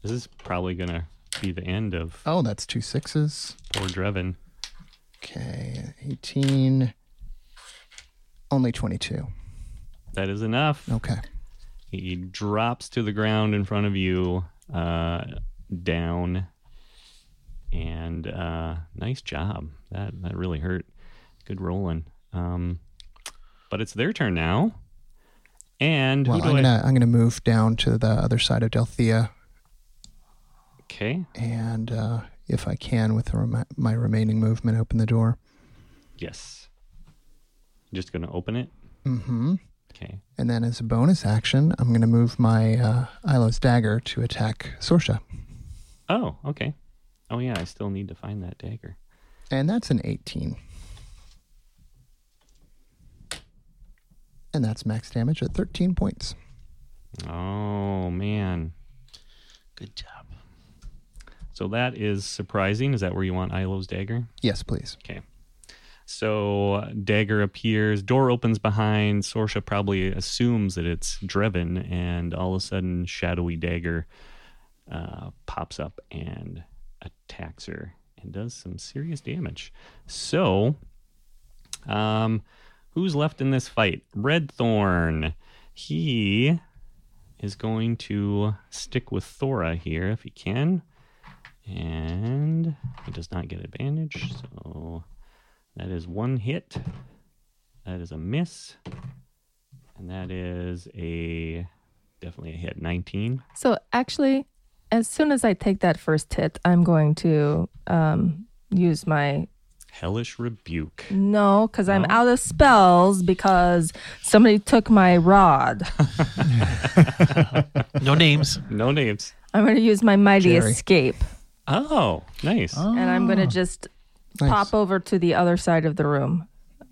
B: This is probably going to be the end of
E: Oh, that's two sixes.
B: poor Drevin.
E: Okay, 18. Only 22.
B: That is enough.
E: Okay.
B: He drops to the ground in front of you, uh, down. And uh, nice job. That that really hurt. Good rolling. Um, but it's their turn now. And
E: Well,
B: who do
E: I'm
B: I-
E: gonna I'm gonna move down to the other side of Delthea,
B: Okay.
E: and uh, if I can, with the remi- my remaining movement, open the door.
B: Yes. Just gonna open it.
E: Mm-hmm.
B: Okay.
E: And then, as a bonus action, I'm gonna move my uh, Ilo's dagger to attack Sorsha,
B: Oh, okay. Oh yeah, I still need to find that dagger.
E: and that's an 18. And that's max damage at 13 points.
B: Oh man.
D: Good job.
B: So that is surprising. Is that where you want Ilo's dagger?
E: Yes, please.
B: Okay. So uh, dagger appears, door opens behind. Sorsha probably assumes that it's Drevin, and all of a sudden, shadowy dagger uh, pops up and attacks her and does some serious damage. So, um, who's left in this fight? Red Thorn. He is going to stick with Thora here if he can. And he does not get advantage, so that is one hit. That is a miss. And that is a definitely a hit. 19.
F: So actually, as soon as I take that first hit, I'm going to um, use my
B: Hellish rebuke.
F: no, because I'm out of spells because somebody took my rod.
D: No names.
B: No names.
F: I'm going to use my mighty
E: Jerry.
F: escape,
B: Oh, nice.
F: and I'm going to just
E: Nice.
F: pop over to the other side of the room.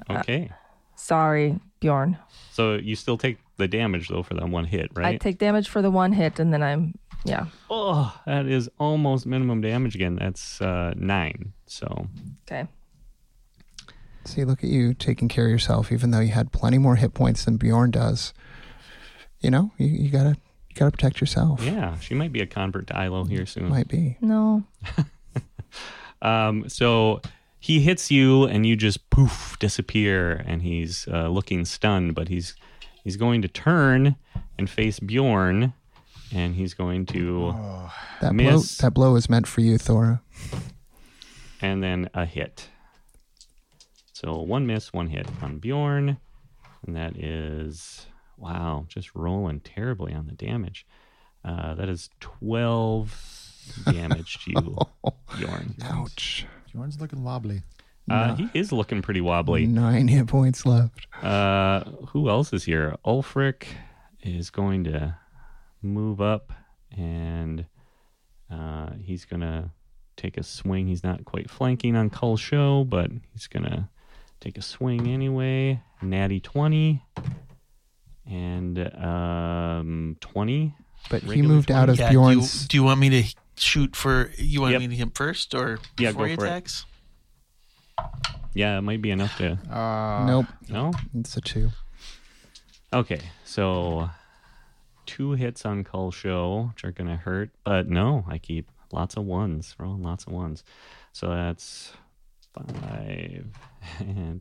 B: Okay.
F: Sorry, Bjorn.
B: So you still take the damage though for that one hit,
F: I
B: right?
F: take damage for the one hit, and then I'm yeah.
B: oh, that is almost minimum damage again. That's uh, nine. So
F: Okay.
E: See, look at you taking care of yourself, even though you had plenty more hit points than Bjorn does. You know, you, you gotta you gotta protect yourself.
B: yeah, she might be a convert to Ilo here soon.
E: Might be.
F: No.
B: Um, so he hits you, and you just poof disappear, and he's uh, looking stunned, but he's he's going to turn and face Bjorn, and he's going to
E: That
B: Miss.
E: blow that blow is meant for you, Thora.
B: and then a hit. So one miss, one hit on Bjorn, and that is wow, just rolling terribly on the damage. Uh, that is twelve damage to you, Bjorn.
E: Ouch.
C: Bjorn's looking wobbly.
B: Uh, he is looking pretty wobbly.
E: Nine hit points left.
B: Uh, who else is here? Ulfric is going to move up and uh, he's going to take a swing. He's not quite flanking on Cull Show, but he's going to take a swing anyway. Natty 20 and um, 20.
E: But he
B: Regular
E: moved out of
D: Yeah, do, you,
E: Bjorn's
D: do you want me to shoot for? You want
B: Yep.
D: me to him first or
B: Yeah,
D: before
B: go
D: he
B: for it.
D: attacks?
B: Yeah, it might be enough to.
C: Uh,
E: Nope.
B: No?
E: It's a two.
B: Okay, so two hits on Cull Show, which are gonna hurt, but no, I keep lots of ones, rolling lots of ones. So that's five and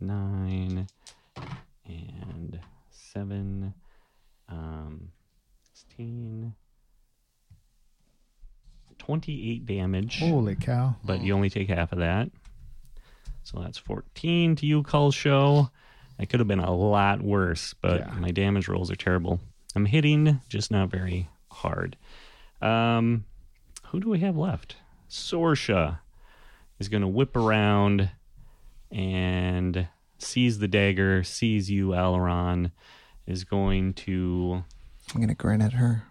B: nine and seven, um, 16, 28 damage,
C: Holy cow.
B: but you only take half of that. So that's 14 to you, Cull Show. I could have been a lot worse, but my damage rolls are terrible. I'm hitting, just not very hard. Um, who do we have left? Sorsha is going to whip around and sees the dagger, sees you, Alaron, is going to
E: I'm gonna grin at her.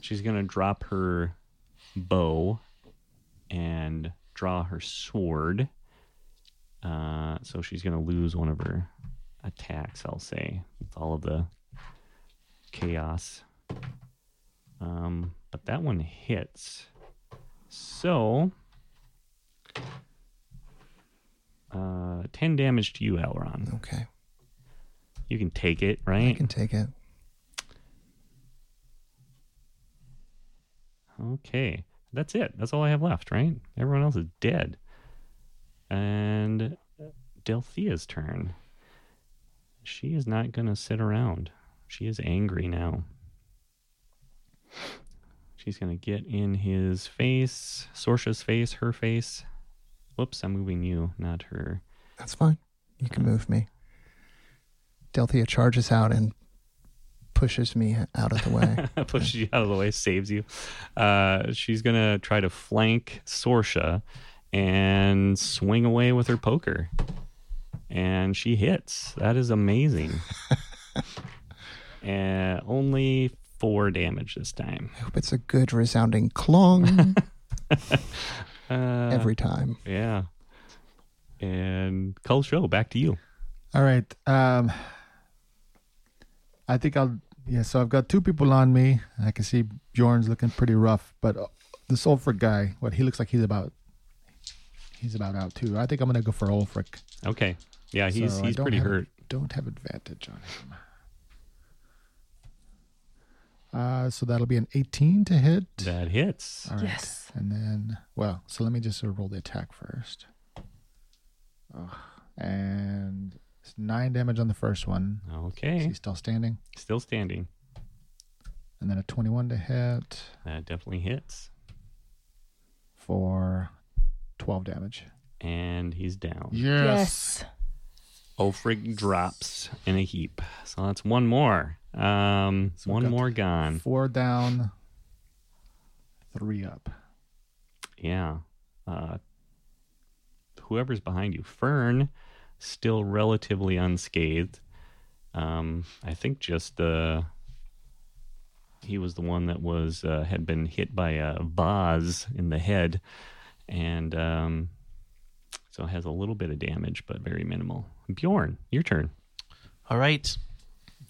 B: She's gonna drop her bow and draw her sword. Uh, so she's gonna lose one of her attacks, I'll say, with all of the chaos. Um, but that one hits. So, uh, ten damage to you, Elron.
E: Okay,
B: You can take it, right?
E: I can take it.
B: Okay. That's it. That's all I have left, right? Everyone else is dead. And Delthea's turn. She is not going to sit around. She is angry now. She's going to get in his face, Sorsha's face, her face. Whoops, I'm moving you, not her.
E: That's fine. You can move me. Delthea charges out and pushes me out of the way.
B: pushes you out of the way, saves you. Uh, she's gonna try to flank Sorsha and swing away with her poker, and she hits. That is amazing. and only four damage this time.
E: I hope it's a good resounding clong every time.
B: Yeah. And Cull Show, back to you.
C: All right. Um, I think I'll. Yeah, so I've got two people on me. I can see Bjorn's looking pretty rough, but uh, this Ulfric guy, what he looks like, he's about. He's about out too. I think I'm gonna go for Ulfric.
B: Okay. Yeah, he's
C: So I
B: he's
C: don't
B: pretty
C: have-
B: hurt.
C: Don't have advantage on him. Uh, so that'll be an 18 to hit.
B: That hits.
C: All right.
F: Yes.
C: And then, well, so let me just sort of roll the attack first. Ugh. And it's nine damage on the first one. Is
B: Okay.
C: he still standing?
B: Still standing.
C: And then a 21 to hit
B: That definitely hits.
C: for 12 damage.
B: And he's down.
F: Yes.
B: Ulfric Oh, drops in a heap. So that's one more. Um,
C: So we've
B: one
C: got
B: more gone.
C: Four down, three up.
B: Yeah. Uh, whoever's behind you, Fern, still relatively unscathed. Um, I think just the he was the one that was uh, had been hit by a vase in the head, and um, so has a little bit of damage, but very minimal. Bjorn, your turn.
D: All right,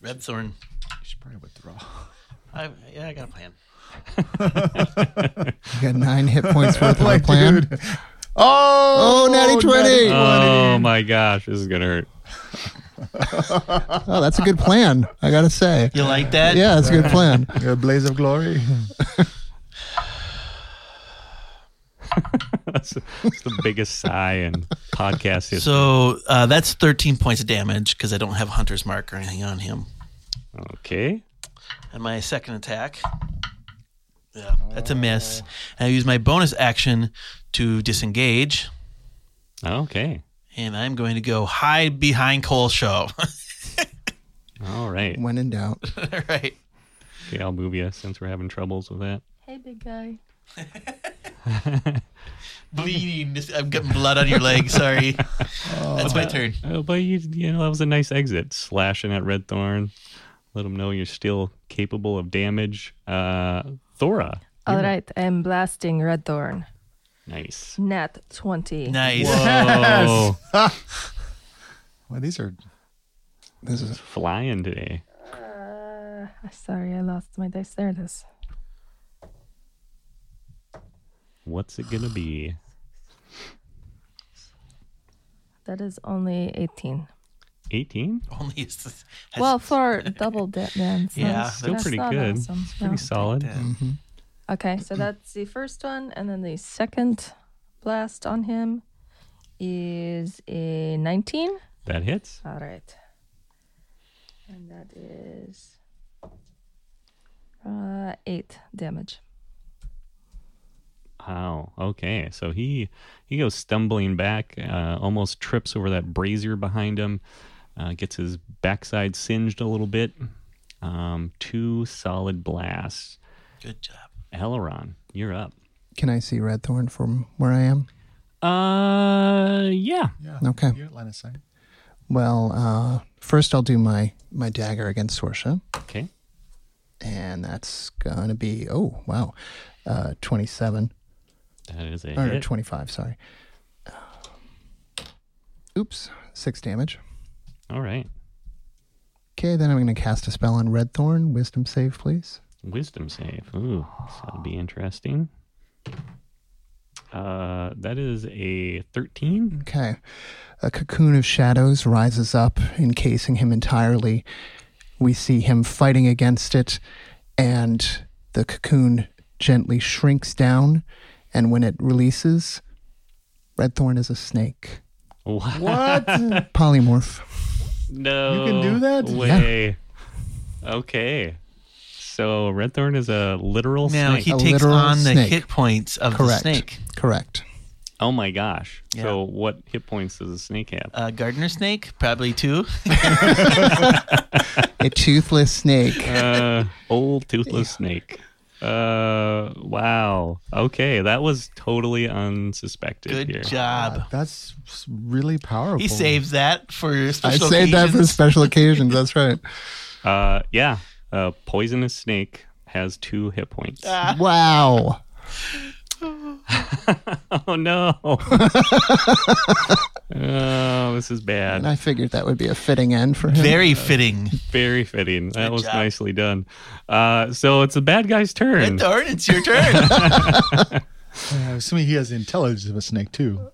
D: Red Thorn.
C: You should probably withdraw.
D: I, yeah, I got a plan.
E: You got nine hit points worth of a plan.
C: Oh,
E: Oh, natty 20.
B: Oh my gosh, this is gonna hurt.
E: Oh, that's a good plan. I gotta say.
D: You like that?
E: Yeah, that's a good plan.
C: You're a blaze of glory.
B: That's, that's the biggest sigh in podcast history.
D: So uh, that's 13 points of damage because I don't have Hunter's Mark or anything on him.
B: okay.
D: And my second attack. Yeah, that's a miss. And I use my bonus action to disengage,
B: Okay.
D: and I'm going to go hide behind Cole Show.
B: All right.
E: When in doubt,
D: All right.
B: Okay, I'll move you since we're having troubles with that.
F: Hey, big guy.
D: Bleeding. This- I'm getting blood on your leg. Sorry. that's my turn.
B: Oh, but you, you know, that was a nice exit. Slashing at Red Thorn. Let them know you're still capable of damage. Uh, Thora.
F: All right, I'm blasting Red Thorn.
B: Nice.
F: Nat 20.
D: Nice.
B: Oh,
C: Well, these are
E: this is
B: flying today.
F: Uh, sorry, I lost my dice. There it is.
B: What's it going to be?
F: That is only 18.
B: 18?
D: Only it's that's
F: well, for double da- dance.
D: Yeah,
F: that's-
D: still
F: that's
B: pretty
F: not
B: good.
F: awesome.
B: Pretty
F: No.
B: solid.
F: Okay, so that's the first one. And then the second blast on him is a 19.
B: That hits.
F: All right. And that is uh, 8 damage.
B: Wow. Okay. So he he goes stumbling back, uh, almost trips over that brazier behind him, Uh, gets his backside singed a little bit. Um, two solid blasts.
D: Good job.
B: Aileron, you're up.
E: Can I see Red Thorn from where I am?
B: Uh, yeah.
C: Yeah.
E: Okay.
C: You got line of sight.
E: Well, uh, first I'll do my my dagger against Sorsha,
B: Okay.
E: and that's gonna be oh wow, uh, twenty seven
B: That is a
E: or
B: hit.
E: twenty five. Sorry. Oops, six damage.
B: All right.
E: Okay, then I'm gonna cast a spell on Red Thorn. Wisdom save, please.
B: Wisdom save. Ooh, that'll be interesting. Uh, that is a 13.
E: Okay. A cocoon of shadows rises up, encasing him entirely. We see him fighting against it, and the cocoon gently shrinks down. And when it releases, Redthorn is a snake.
B: What?
C: What?
E: Polymorph.
B: No.
C: You can do that? Yeah.
B: Way. Okay. So Red Thorn is a literal
D: Now
B: snake.
D: he
E: A
D: takes
E: literal
D: on the
E: snake.
D: hit points of
E: Correct.
D: the snake.
E: Correct.
B: oh my gosh.
D: Yeah.
B: So what hit points does a snake have?
D: Uh, gardener snake, probably two.
E: A toothless snake.
B: Uh, old toothless snake. Uh, wow. Okay, that was totally unsuspected
D: Good
B: here.
D: job.
C: Uh, That's s- really powerful.
D: He saves that for
E: I
D: special
E: saved that for
D: occasions.
E: special occasions. That's right.
B: Uh, yeah. A poisonous snake has two hit points.
D: Ah.
E: Wow.
B: Oh no. oh, this is
E: And
B: bad.
E: I figured that would be a fitting end for him.
D: Very fitting.
B: Very fitting. That was
D: job.
B: nicely done. Uh, so it's a bad guy's turn.
D: Red Thorn, it's your turn.
C: Uh, assuming he has the intelligence of a snake too.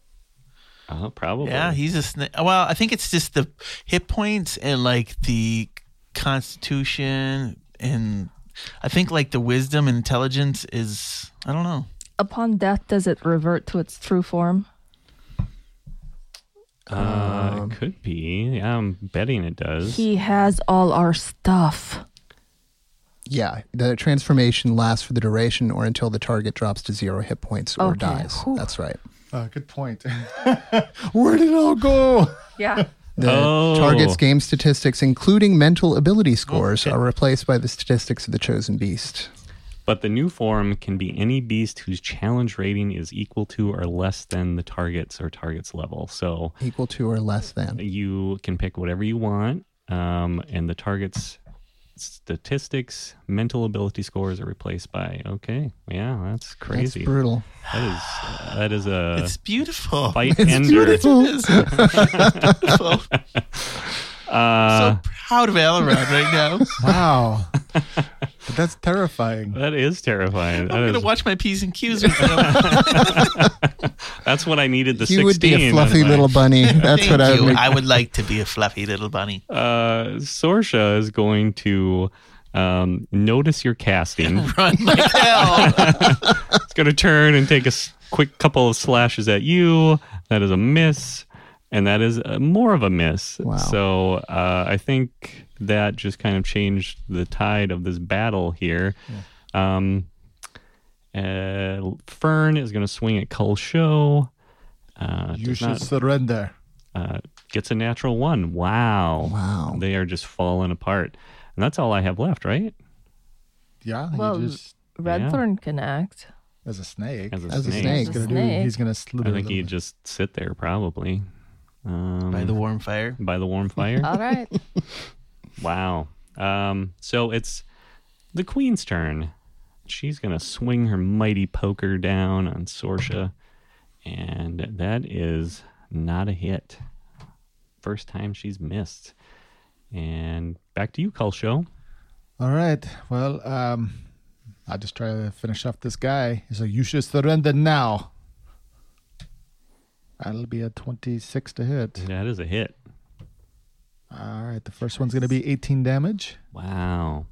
B: Oh, probably.
D: yeah, he's a snake. Well, I think it's just the hit points and like the constitution and I think like the wisdom and intelligence is I don't know.
F: Upon death, does it revert to its true form?
B: Uh, it could be. Yeah, I'm betting it does.
F: He has all our stuff.
E: Yeah, the transformation lasts for the duration or until the target drops to zero hit points or
F: Okay,
E: dies.
F: whew.
E: That's right.
C: Uh, good point. Where did it all go?
F: Yeah.
E: The
B: Oh.
E: target's game statistics, including mental ability scores, are replaced by the statistics of the chosen beast.
B: But the new form can be any beast whose challenge rating is equal to or less than the target's or target's level. So
E: Equal to or less than.
B: you can pick whatever you want, um, and the target's statistics, mental ability scores are replaced by. Okay, yeah, that's
E: That's
B: crazy.
E: brutal.
B: That is that is a
D: it's beautiful.
B: fight ender.
D: beautiful. so proud of Aileron right now.
C: Wow. But that's terrifying.
B: That is terrifying. That
D: I'm gonna
B: is-
D: watch my p's and q's with him.
B: that's what I needed. The
E: You would be
B: 16
E: a
B: on
E: fluffy
B: my-
E: little bunny. That's
D: Thank
E: what I would
D: you.
E: make.
D: I would like to be a fluffy little bunny.
B: Uh, Sorsha is going to um, notice your casting.
D: Run like hell.
B: it's going to turn and take a s- quick couple of slashes at you. That is a miss, and that is uh more of a miss.
E: Wow.
B: So uh, I think that just kind of changed the tide of this battle here. Um, uh, Fern is going to swing at Cull Show. Uh,
C: You
B: does
C: should
B: not-
C: surrender.
B: uh, gets a natural one. Wow.
E: Wow.
B: They are just falling apart. And that's all I have left, right?
C: Yeah,
F: Well,
C: he just
F: Red
B: Yeah.
F: Thorn can act.
C: as a snake.
B: As a
E: As a
B: snake.
E: snake.
C: He's gonna do.
F: Snake.
C: He's gonna slither.
B: I think
C: them.
B: he'd just sit there probably. Um,
D: By the warm fire.
B: by the warm fire.
F: All right.
B: wow. Um, so it's the queen's turn. She's going to swing her mighty poker down on Sorsha. And that is not a hit. First time she's missed. And back to you, Kulsho.
C: All right. Well, um, I just try to finish off this guy. He's like, "You should surrender now." That'll be a twenty-six to hit.
B: That is a hit.
C: All right. The first one's gonna be eighteen damage,
B: Wow.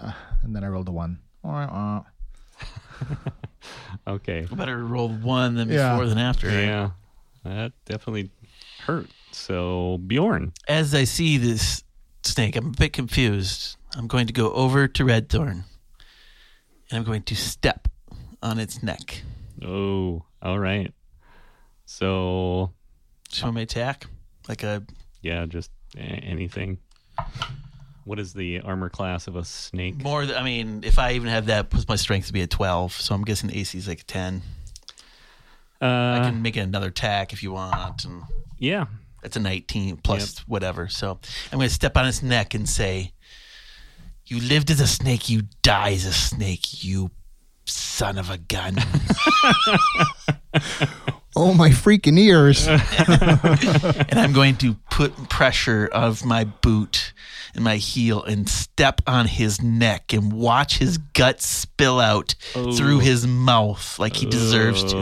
C: and then I rolled a one. Uh-uh.
B: Okay.
D: Better roll one than
C: Yeah.
D: before than after. right?
B: Yeah, that definitely hurt. So Bjorn,
D: As I see this snake, I'm a bit confused. I'm going to go over to Red Thorn and I'm going to step on its neck.
B: oh, all right. So
D: Show my attack. Like a
B: Yeah, just a- anything. What is the armor class of a snake?
D: more. th- I mean, if I even have that, plus my strength would be a twelve. So I'm guessing AC is like a ten. I
B: Uh,
D: can make another attack if you want, and
B: yeah.
D: that's a nineteen plus whatever. So I'm going to step on its neck and say, "You lived as a snake. You die as a snake. You son of a gun."
E: Oh, my freaking ears.
D: and I'm going to put pressure of my boot and my heel and step on his neck and watch his guts spill out through his mouth like he deserves to.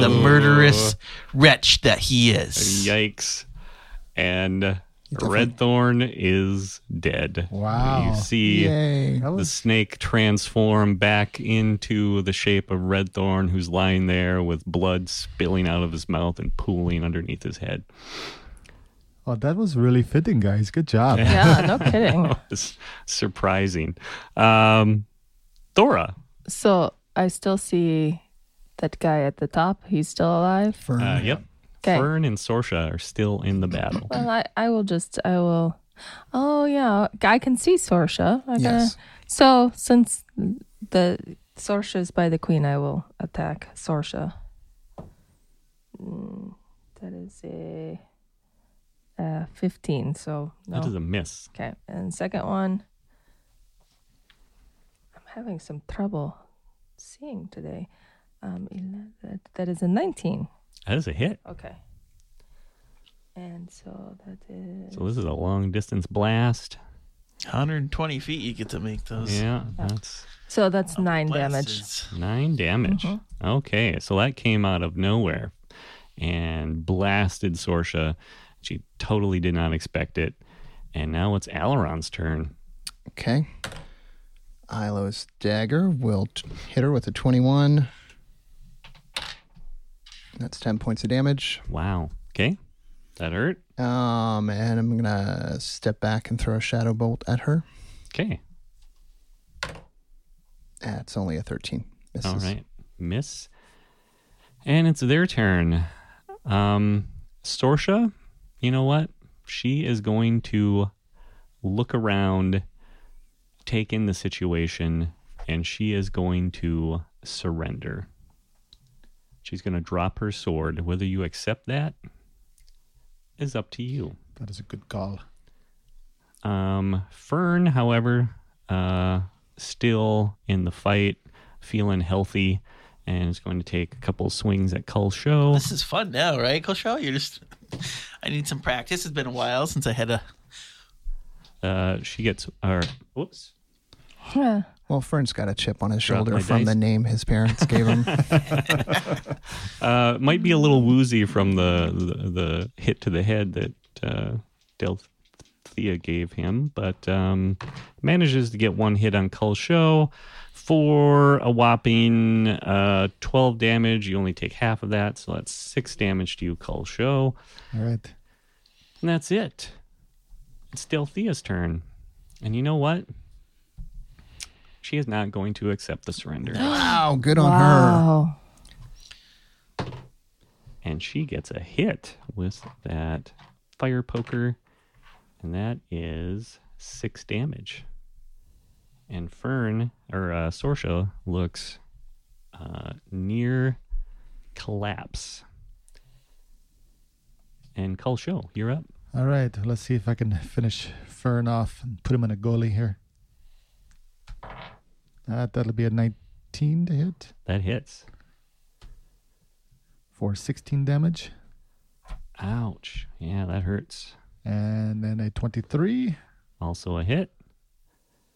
D: The murderous wretch that he is.
B: Yikes. And Redthorn is dead.
C: Wow.
B: You see
E: Yay.
C: That
B: the
C: was
B: snake transform back into the shape of Redthorn, who's lying there with blood spilling out of his mouth and pooling underneath his head.
C: oh, that was really fitting, guys. Good job.
F: Yeah, no kidding.
B: It's surprising. Um, Thora.
F: So I still see that guy at the top. He's still alive.
E: Fern.
B: Uh, yep.
F: Okay.
B: Fern and Sorsha are still in the battle.
F: Well, I, I will just, I will. Oh, yeah. I can see Sorsha. I
E: Yes.
F: so since the Sorsha is by the queen, I will attack Sorsha. Mm, that is a uh, 15. So no.
B: That is a miss.
F: Okay, and second one. I'm having some trouble seeing today. Um, 11, that, that is a 19.
B: That is a hit.
F: Okay. And so that is
B: So this is a long distance blast.
D: 120 feet you get to make those.
B: Yeah, that's
F: so that's nine damage.
D: blasts.
B: nine damage.
F: Mm-hmm.
B: Okay, so that came out of nowhere and blasted Sorsha. She totally did not expect it. And now it's Alaron's turn.
E: Okay. Ilo's dagger will t- hit her with a 21. That's 10 points of damage.
B: Wow. Okay. That hurt.
E: Um, and I'm going to step back and throw a shadow bolt at her.
B: Okay.
E: That's only a 13. Misses.
B: All right. Miss. And it's their turn. Um Sorsha, you know what? She is going to look around, take in the situation, and she is going to surrender. She's going to drop her sword. Whether you accept that is up to you.
C: That is a good call.
B: Um, Fern, however, uh, still in the fight, feeling healthy, and is going to take a couple swings at Cull Show.
D: This is fun now, right, Kosho? You're just. I need some practice. It's been a while since I had a.
B: Uh, she gets, or whoops,
F: Yeah.
E: Well, Fern's got a chip on his
B: Drop
E: shoulder
B: my
E: from
B: dice.
E: the name his parents gave him.
B: uh, might be a little woozy from the the, the hit to the head that uh, Delthea gave him, but um, manages to get one hit on Cull Show for a whopping uh, twelve damage. You only take half of that, so that's six damage to you, Cull Show.
C: All right.
B: And that's it. It's Delthea's turn. And you know what? She is not going to accept the surrender.
E: wow, good on her.
F: Wow.
B: and she gets a hit with that fire poker. And that is six damage. And Fern, or uh, Sorsha, looks uh, near collapse. And Cull Show, you're up.
C: All right. Let's see if I can finish Fern off and put him in a goalie here. Uh, that'll be a 19 to hit
B: That hits.
C: for 16 damage.
B: Ouch. Yeah, that hurts.
C: And then a 23
B: Also a hit.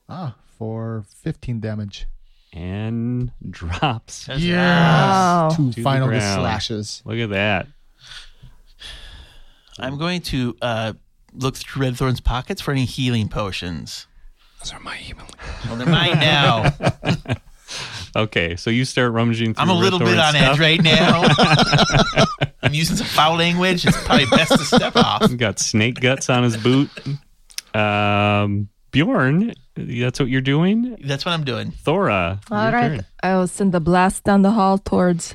C: ah, for 15 damage.
B: and drops.
F: Wow.
C: Two
B: the
C: final
B: ground.
C: slashes.
B: Look at that.
D: I'm going to uh, look through Redthorn's pockets for any healing potions.
E: Those are my email.
D: Well, they're mine now.
B: Okay, so you start rummaging through.
D: I'm a little
B: Rithor
D: bit
B: and
D: on
B: stuff.
D: edge right now. I'm using some foul language. It's probably best to step off.
B: Got snake guts on his boot. Um, Bjorn, that's what you're doing.
D: That's what I'm doing.
B: Thora,
F: All
B: your
F: right.
B: turn.
F: I will send the blast down the hall towards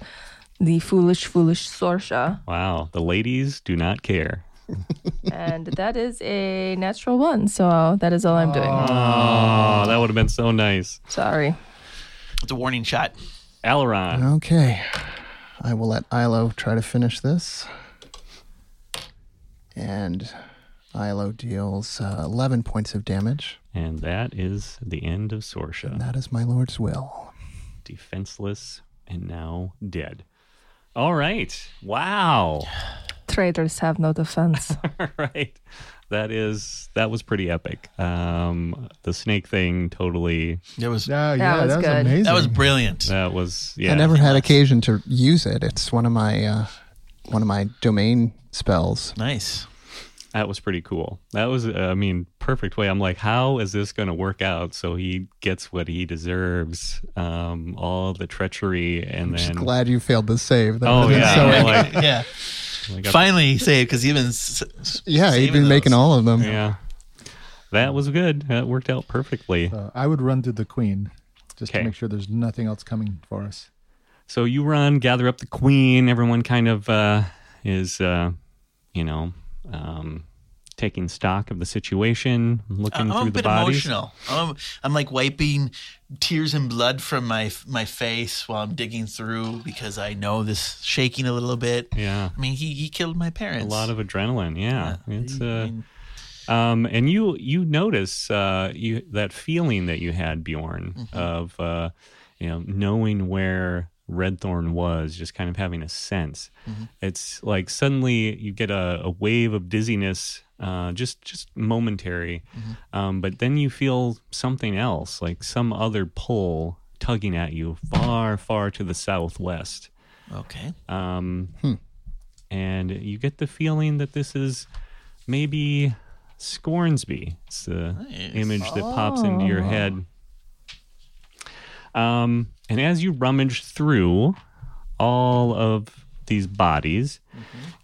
F: the foolish, foolish Sorsha.
B: Wow, the ladies do not care.
F: and that is a natural one. So that is all I'm doing.
B: Oh, that would have been so nice.
F: Sorry.
D: It's a warning shot.
B: Aileron.
E: Okay. I will let Ilo try to finish this. And Ilo deals uh, 11 points of damage.
B: And that is the end of Sorsha.
E: That is my lord's will.
B: Defenseless and now dead. All right. Wow.
F: Traitors have no defense.
B: All right. That is that was pretty epic. Um the snake thing totally
D: That was
C: Yeah, yeah,
F: was
C: that was
F: good.
C: amazing.
D: that was brilliant.
B: that was yeah.
E: I never had occasion to use it. It's one of my uh, one of my domain spells.
D: Nice.
B: That was pretty cool. That was, uh, I mean, perfect way. I'm like, how is this going to work out? So he gets what he deserves, um, all the treachery, and
E: Just
B: then
E: glad you failed the save. That
B: Oh,
E: would've been
B: yeah.
E: so-
B: Yeah.
D: Like,
B: Like-
D: yeah.
B: like,
D: Finally saved because even s- s-
E: yeah, you've
D: saving
E: been
D: those.
E: making all of them.
B: yeah, that was good. That worked out perfectly.
C: Uh, I would run to the queen just
B: Okay.
C: to make sure there's nothing else coming for us.
B: So you run, gather up the queen. Everyone kind of uh, is, uh, you know, um, taking stock of the situation, looking
D: Uh, I'm
B: through
D: a
B: the
D: bit
B: bodies.
D: emotional. I'm, I'm like wiping tears and blood from my my face while I'm digging through because I know this shaking a little bit.
B: Yeah.
D: I mean, he, he killed my parents.
B: A lot of adrenaline, yeah. It's
D: I
B: uh,
D: mean,
B: Um, and you you notice uh, you that feeling that you had Bjorn of uh, you know knowing where Redthorn was, just kind of having a sense. It's like suddenly you get a, a wave of dizziness, uh, just just momentary, um, but then you feel something else, like some other pull tugging at you far far to the southwest.
D: okay.
B: Um, And you get the feeling that this is maybe Scornsby. It's the
D: Nice.
B: image that pops into your head. Um, and as you rummage through all of these bodies,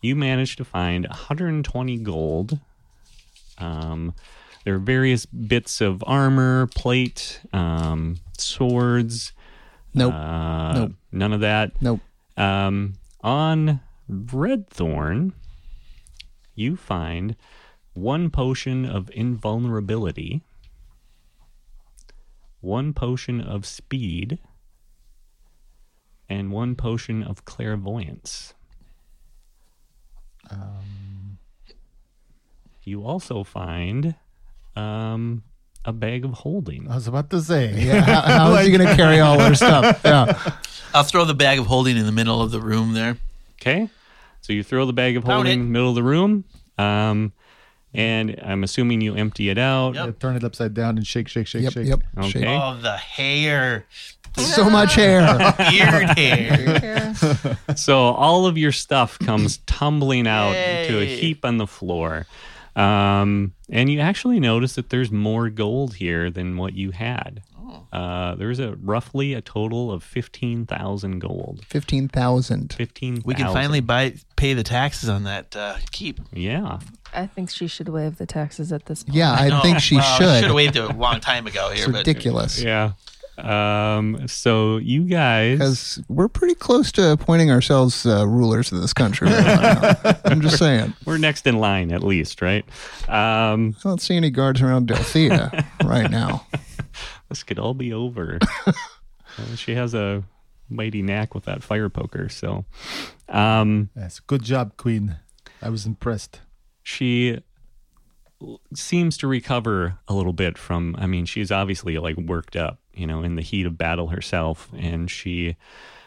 B: you manage to find 120 gold. Um, there are various bits of armor, plate, um, swords.
E: Nope.
B: Uh,
E: Nope.
B: None of that.
E: nope.
B: Um, on Redthorn, you find one potion of invulnerability, one potion of speed, and one potion of clairvoyance. you also find um, a bag of holding.
C: I was about to say, yeah.
E: Yeah, how, how is he going to carry all our stuff? Yeah.
D: I'll throw the bag of holding in the middle of the room there.
B: Okay. So you throw the bag of
D: Found
B: holding
D: it.
B: in the middle of the room. Um, and I'm assuming you empty it out.
D: Yep.
C: turn it upside down and shake, shake, shake,
E: Yep,
C: shake.
E: yep.
B: Okay.
E: Shake.
D: Oh, the hair,
E: So much hair.
D: beard hair.
B: So all of your stuff comes tumbling out to a
D: Yay.
B: heap on the floor. Um, and you actually notice that there's more gold here than what you had.
D: Oh.
B: Uh, there's a roughly a total of 15,000 gold.
E: 15,000.
B: 15,000.
D: We can finally buy pay the taxes on that uh, keep.
B: Yeah.
F: I think she should waive the taxes at this point.
E: Yeah, I think she
D: Should
E: should.
D: have waved it a long time ago here,
E: It's
D: but
E: ridiculous.
B: Yeah. Um, so you guys.
E: Because we're pretty close to appointing ourselves uh, rulers of this country. right now. I'm just saying.
B: We're next in line, at least, right? Um,
E: I don't see any guards around Delthea right now.
B: this could all be over. Uh, she has a mighty knack with that fire poker. So um,
C: Yes, good job, queen. I was impressed.
B: she l- seems to recover a little bit from, I mean, she's obviously like worked up, you know, in the heat of battle herself. And she.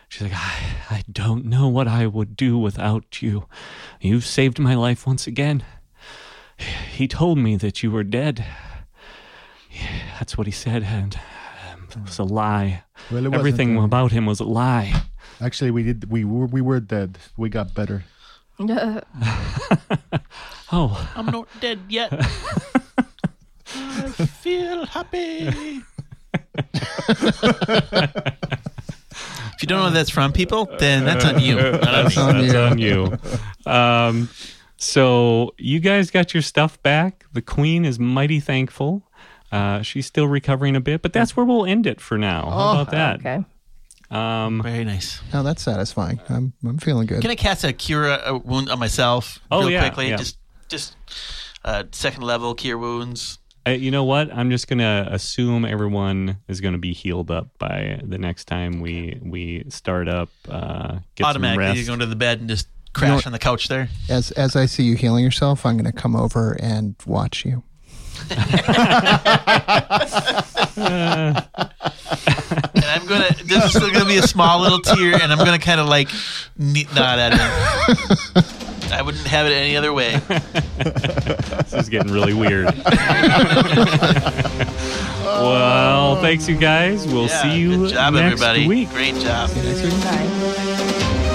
B: She's like, I, I don't know what I would do without you. You've saved my life once again. He told me that you were dead. Yeah, that's what he said, and um, it was a lie.
C: Well, it wasn't uh,
B: Everything
C: a-
B: about him was a lie.
C: Actually, we did. We were we were dead. We got better.
B: Oh,
D: I'm not dead yet. I feel happy. if you don't know where that's from, people, then that's on you. Not on me.
E: on
B: that's on you.
E: you.
B: Um, so you guys got your stuff back. The queen is mighty thankful. Uh, she's still recovering a bit, but that's where we'll end it for now. How about that?
F: okay.
B: Um,
D: Very nice.
E: Now that's satisfying. I'm, I'm feeling good.
D: Can I cast a cure a wound on myself
B: Oh,
D: real
B: yeah,
D: quickly?
B: yeah.
D: Just just uh, second level cure wounds.
B: Uh, you know what? I'm just gonna assume everyone is gonna be healed up by the next time we we start up. Uh, get some
D: Automatically,
B: rest.
D: you go into the bed and just crash on the couch there.
E: As as I see you healing yourself, I'm going to come over and watch you.
D: And I'm gonna. This is still gonna be a small little tear, and I'm gonna kind of like ne- nod at him. I wouldn't have it any other way.
B: this is getting really weird. well, thanks you guys. We'll
D: Yeah,
B: see you
D: good job,
B: next
D: everybody.
B: week.
D: Great job.
F: Bye.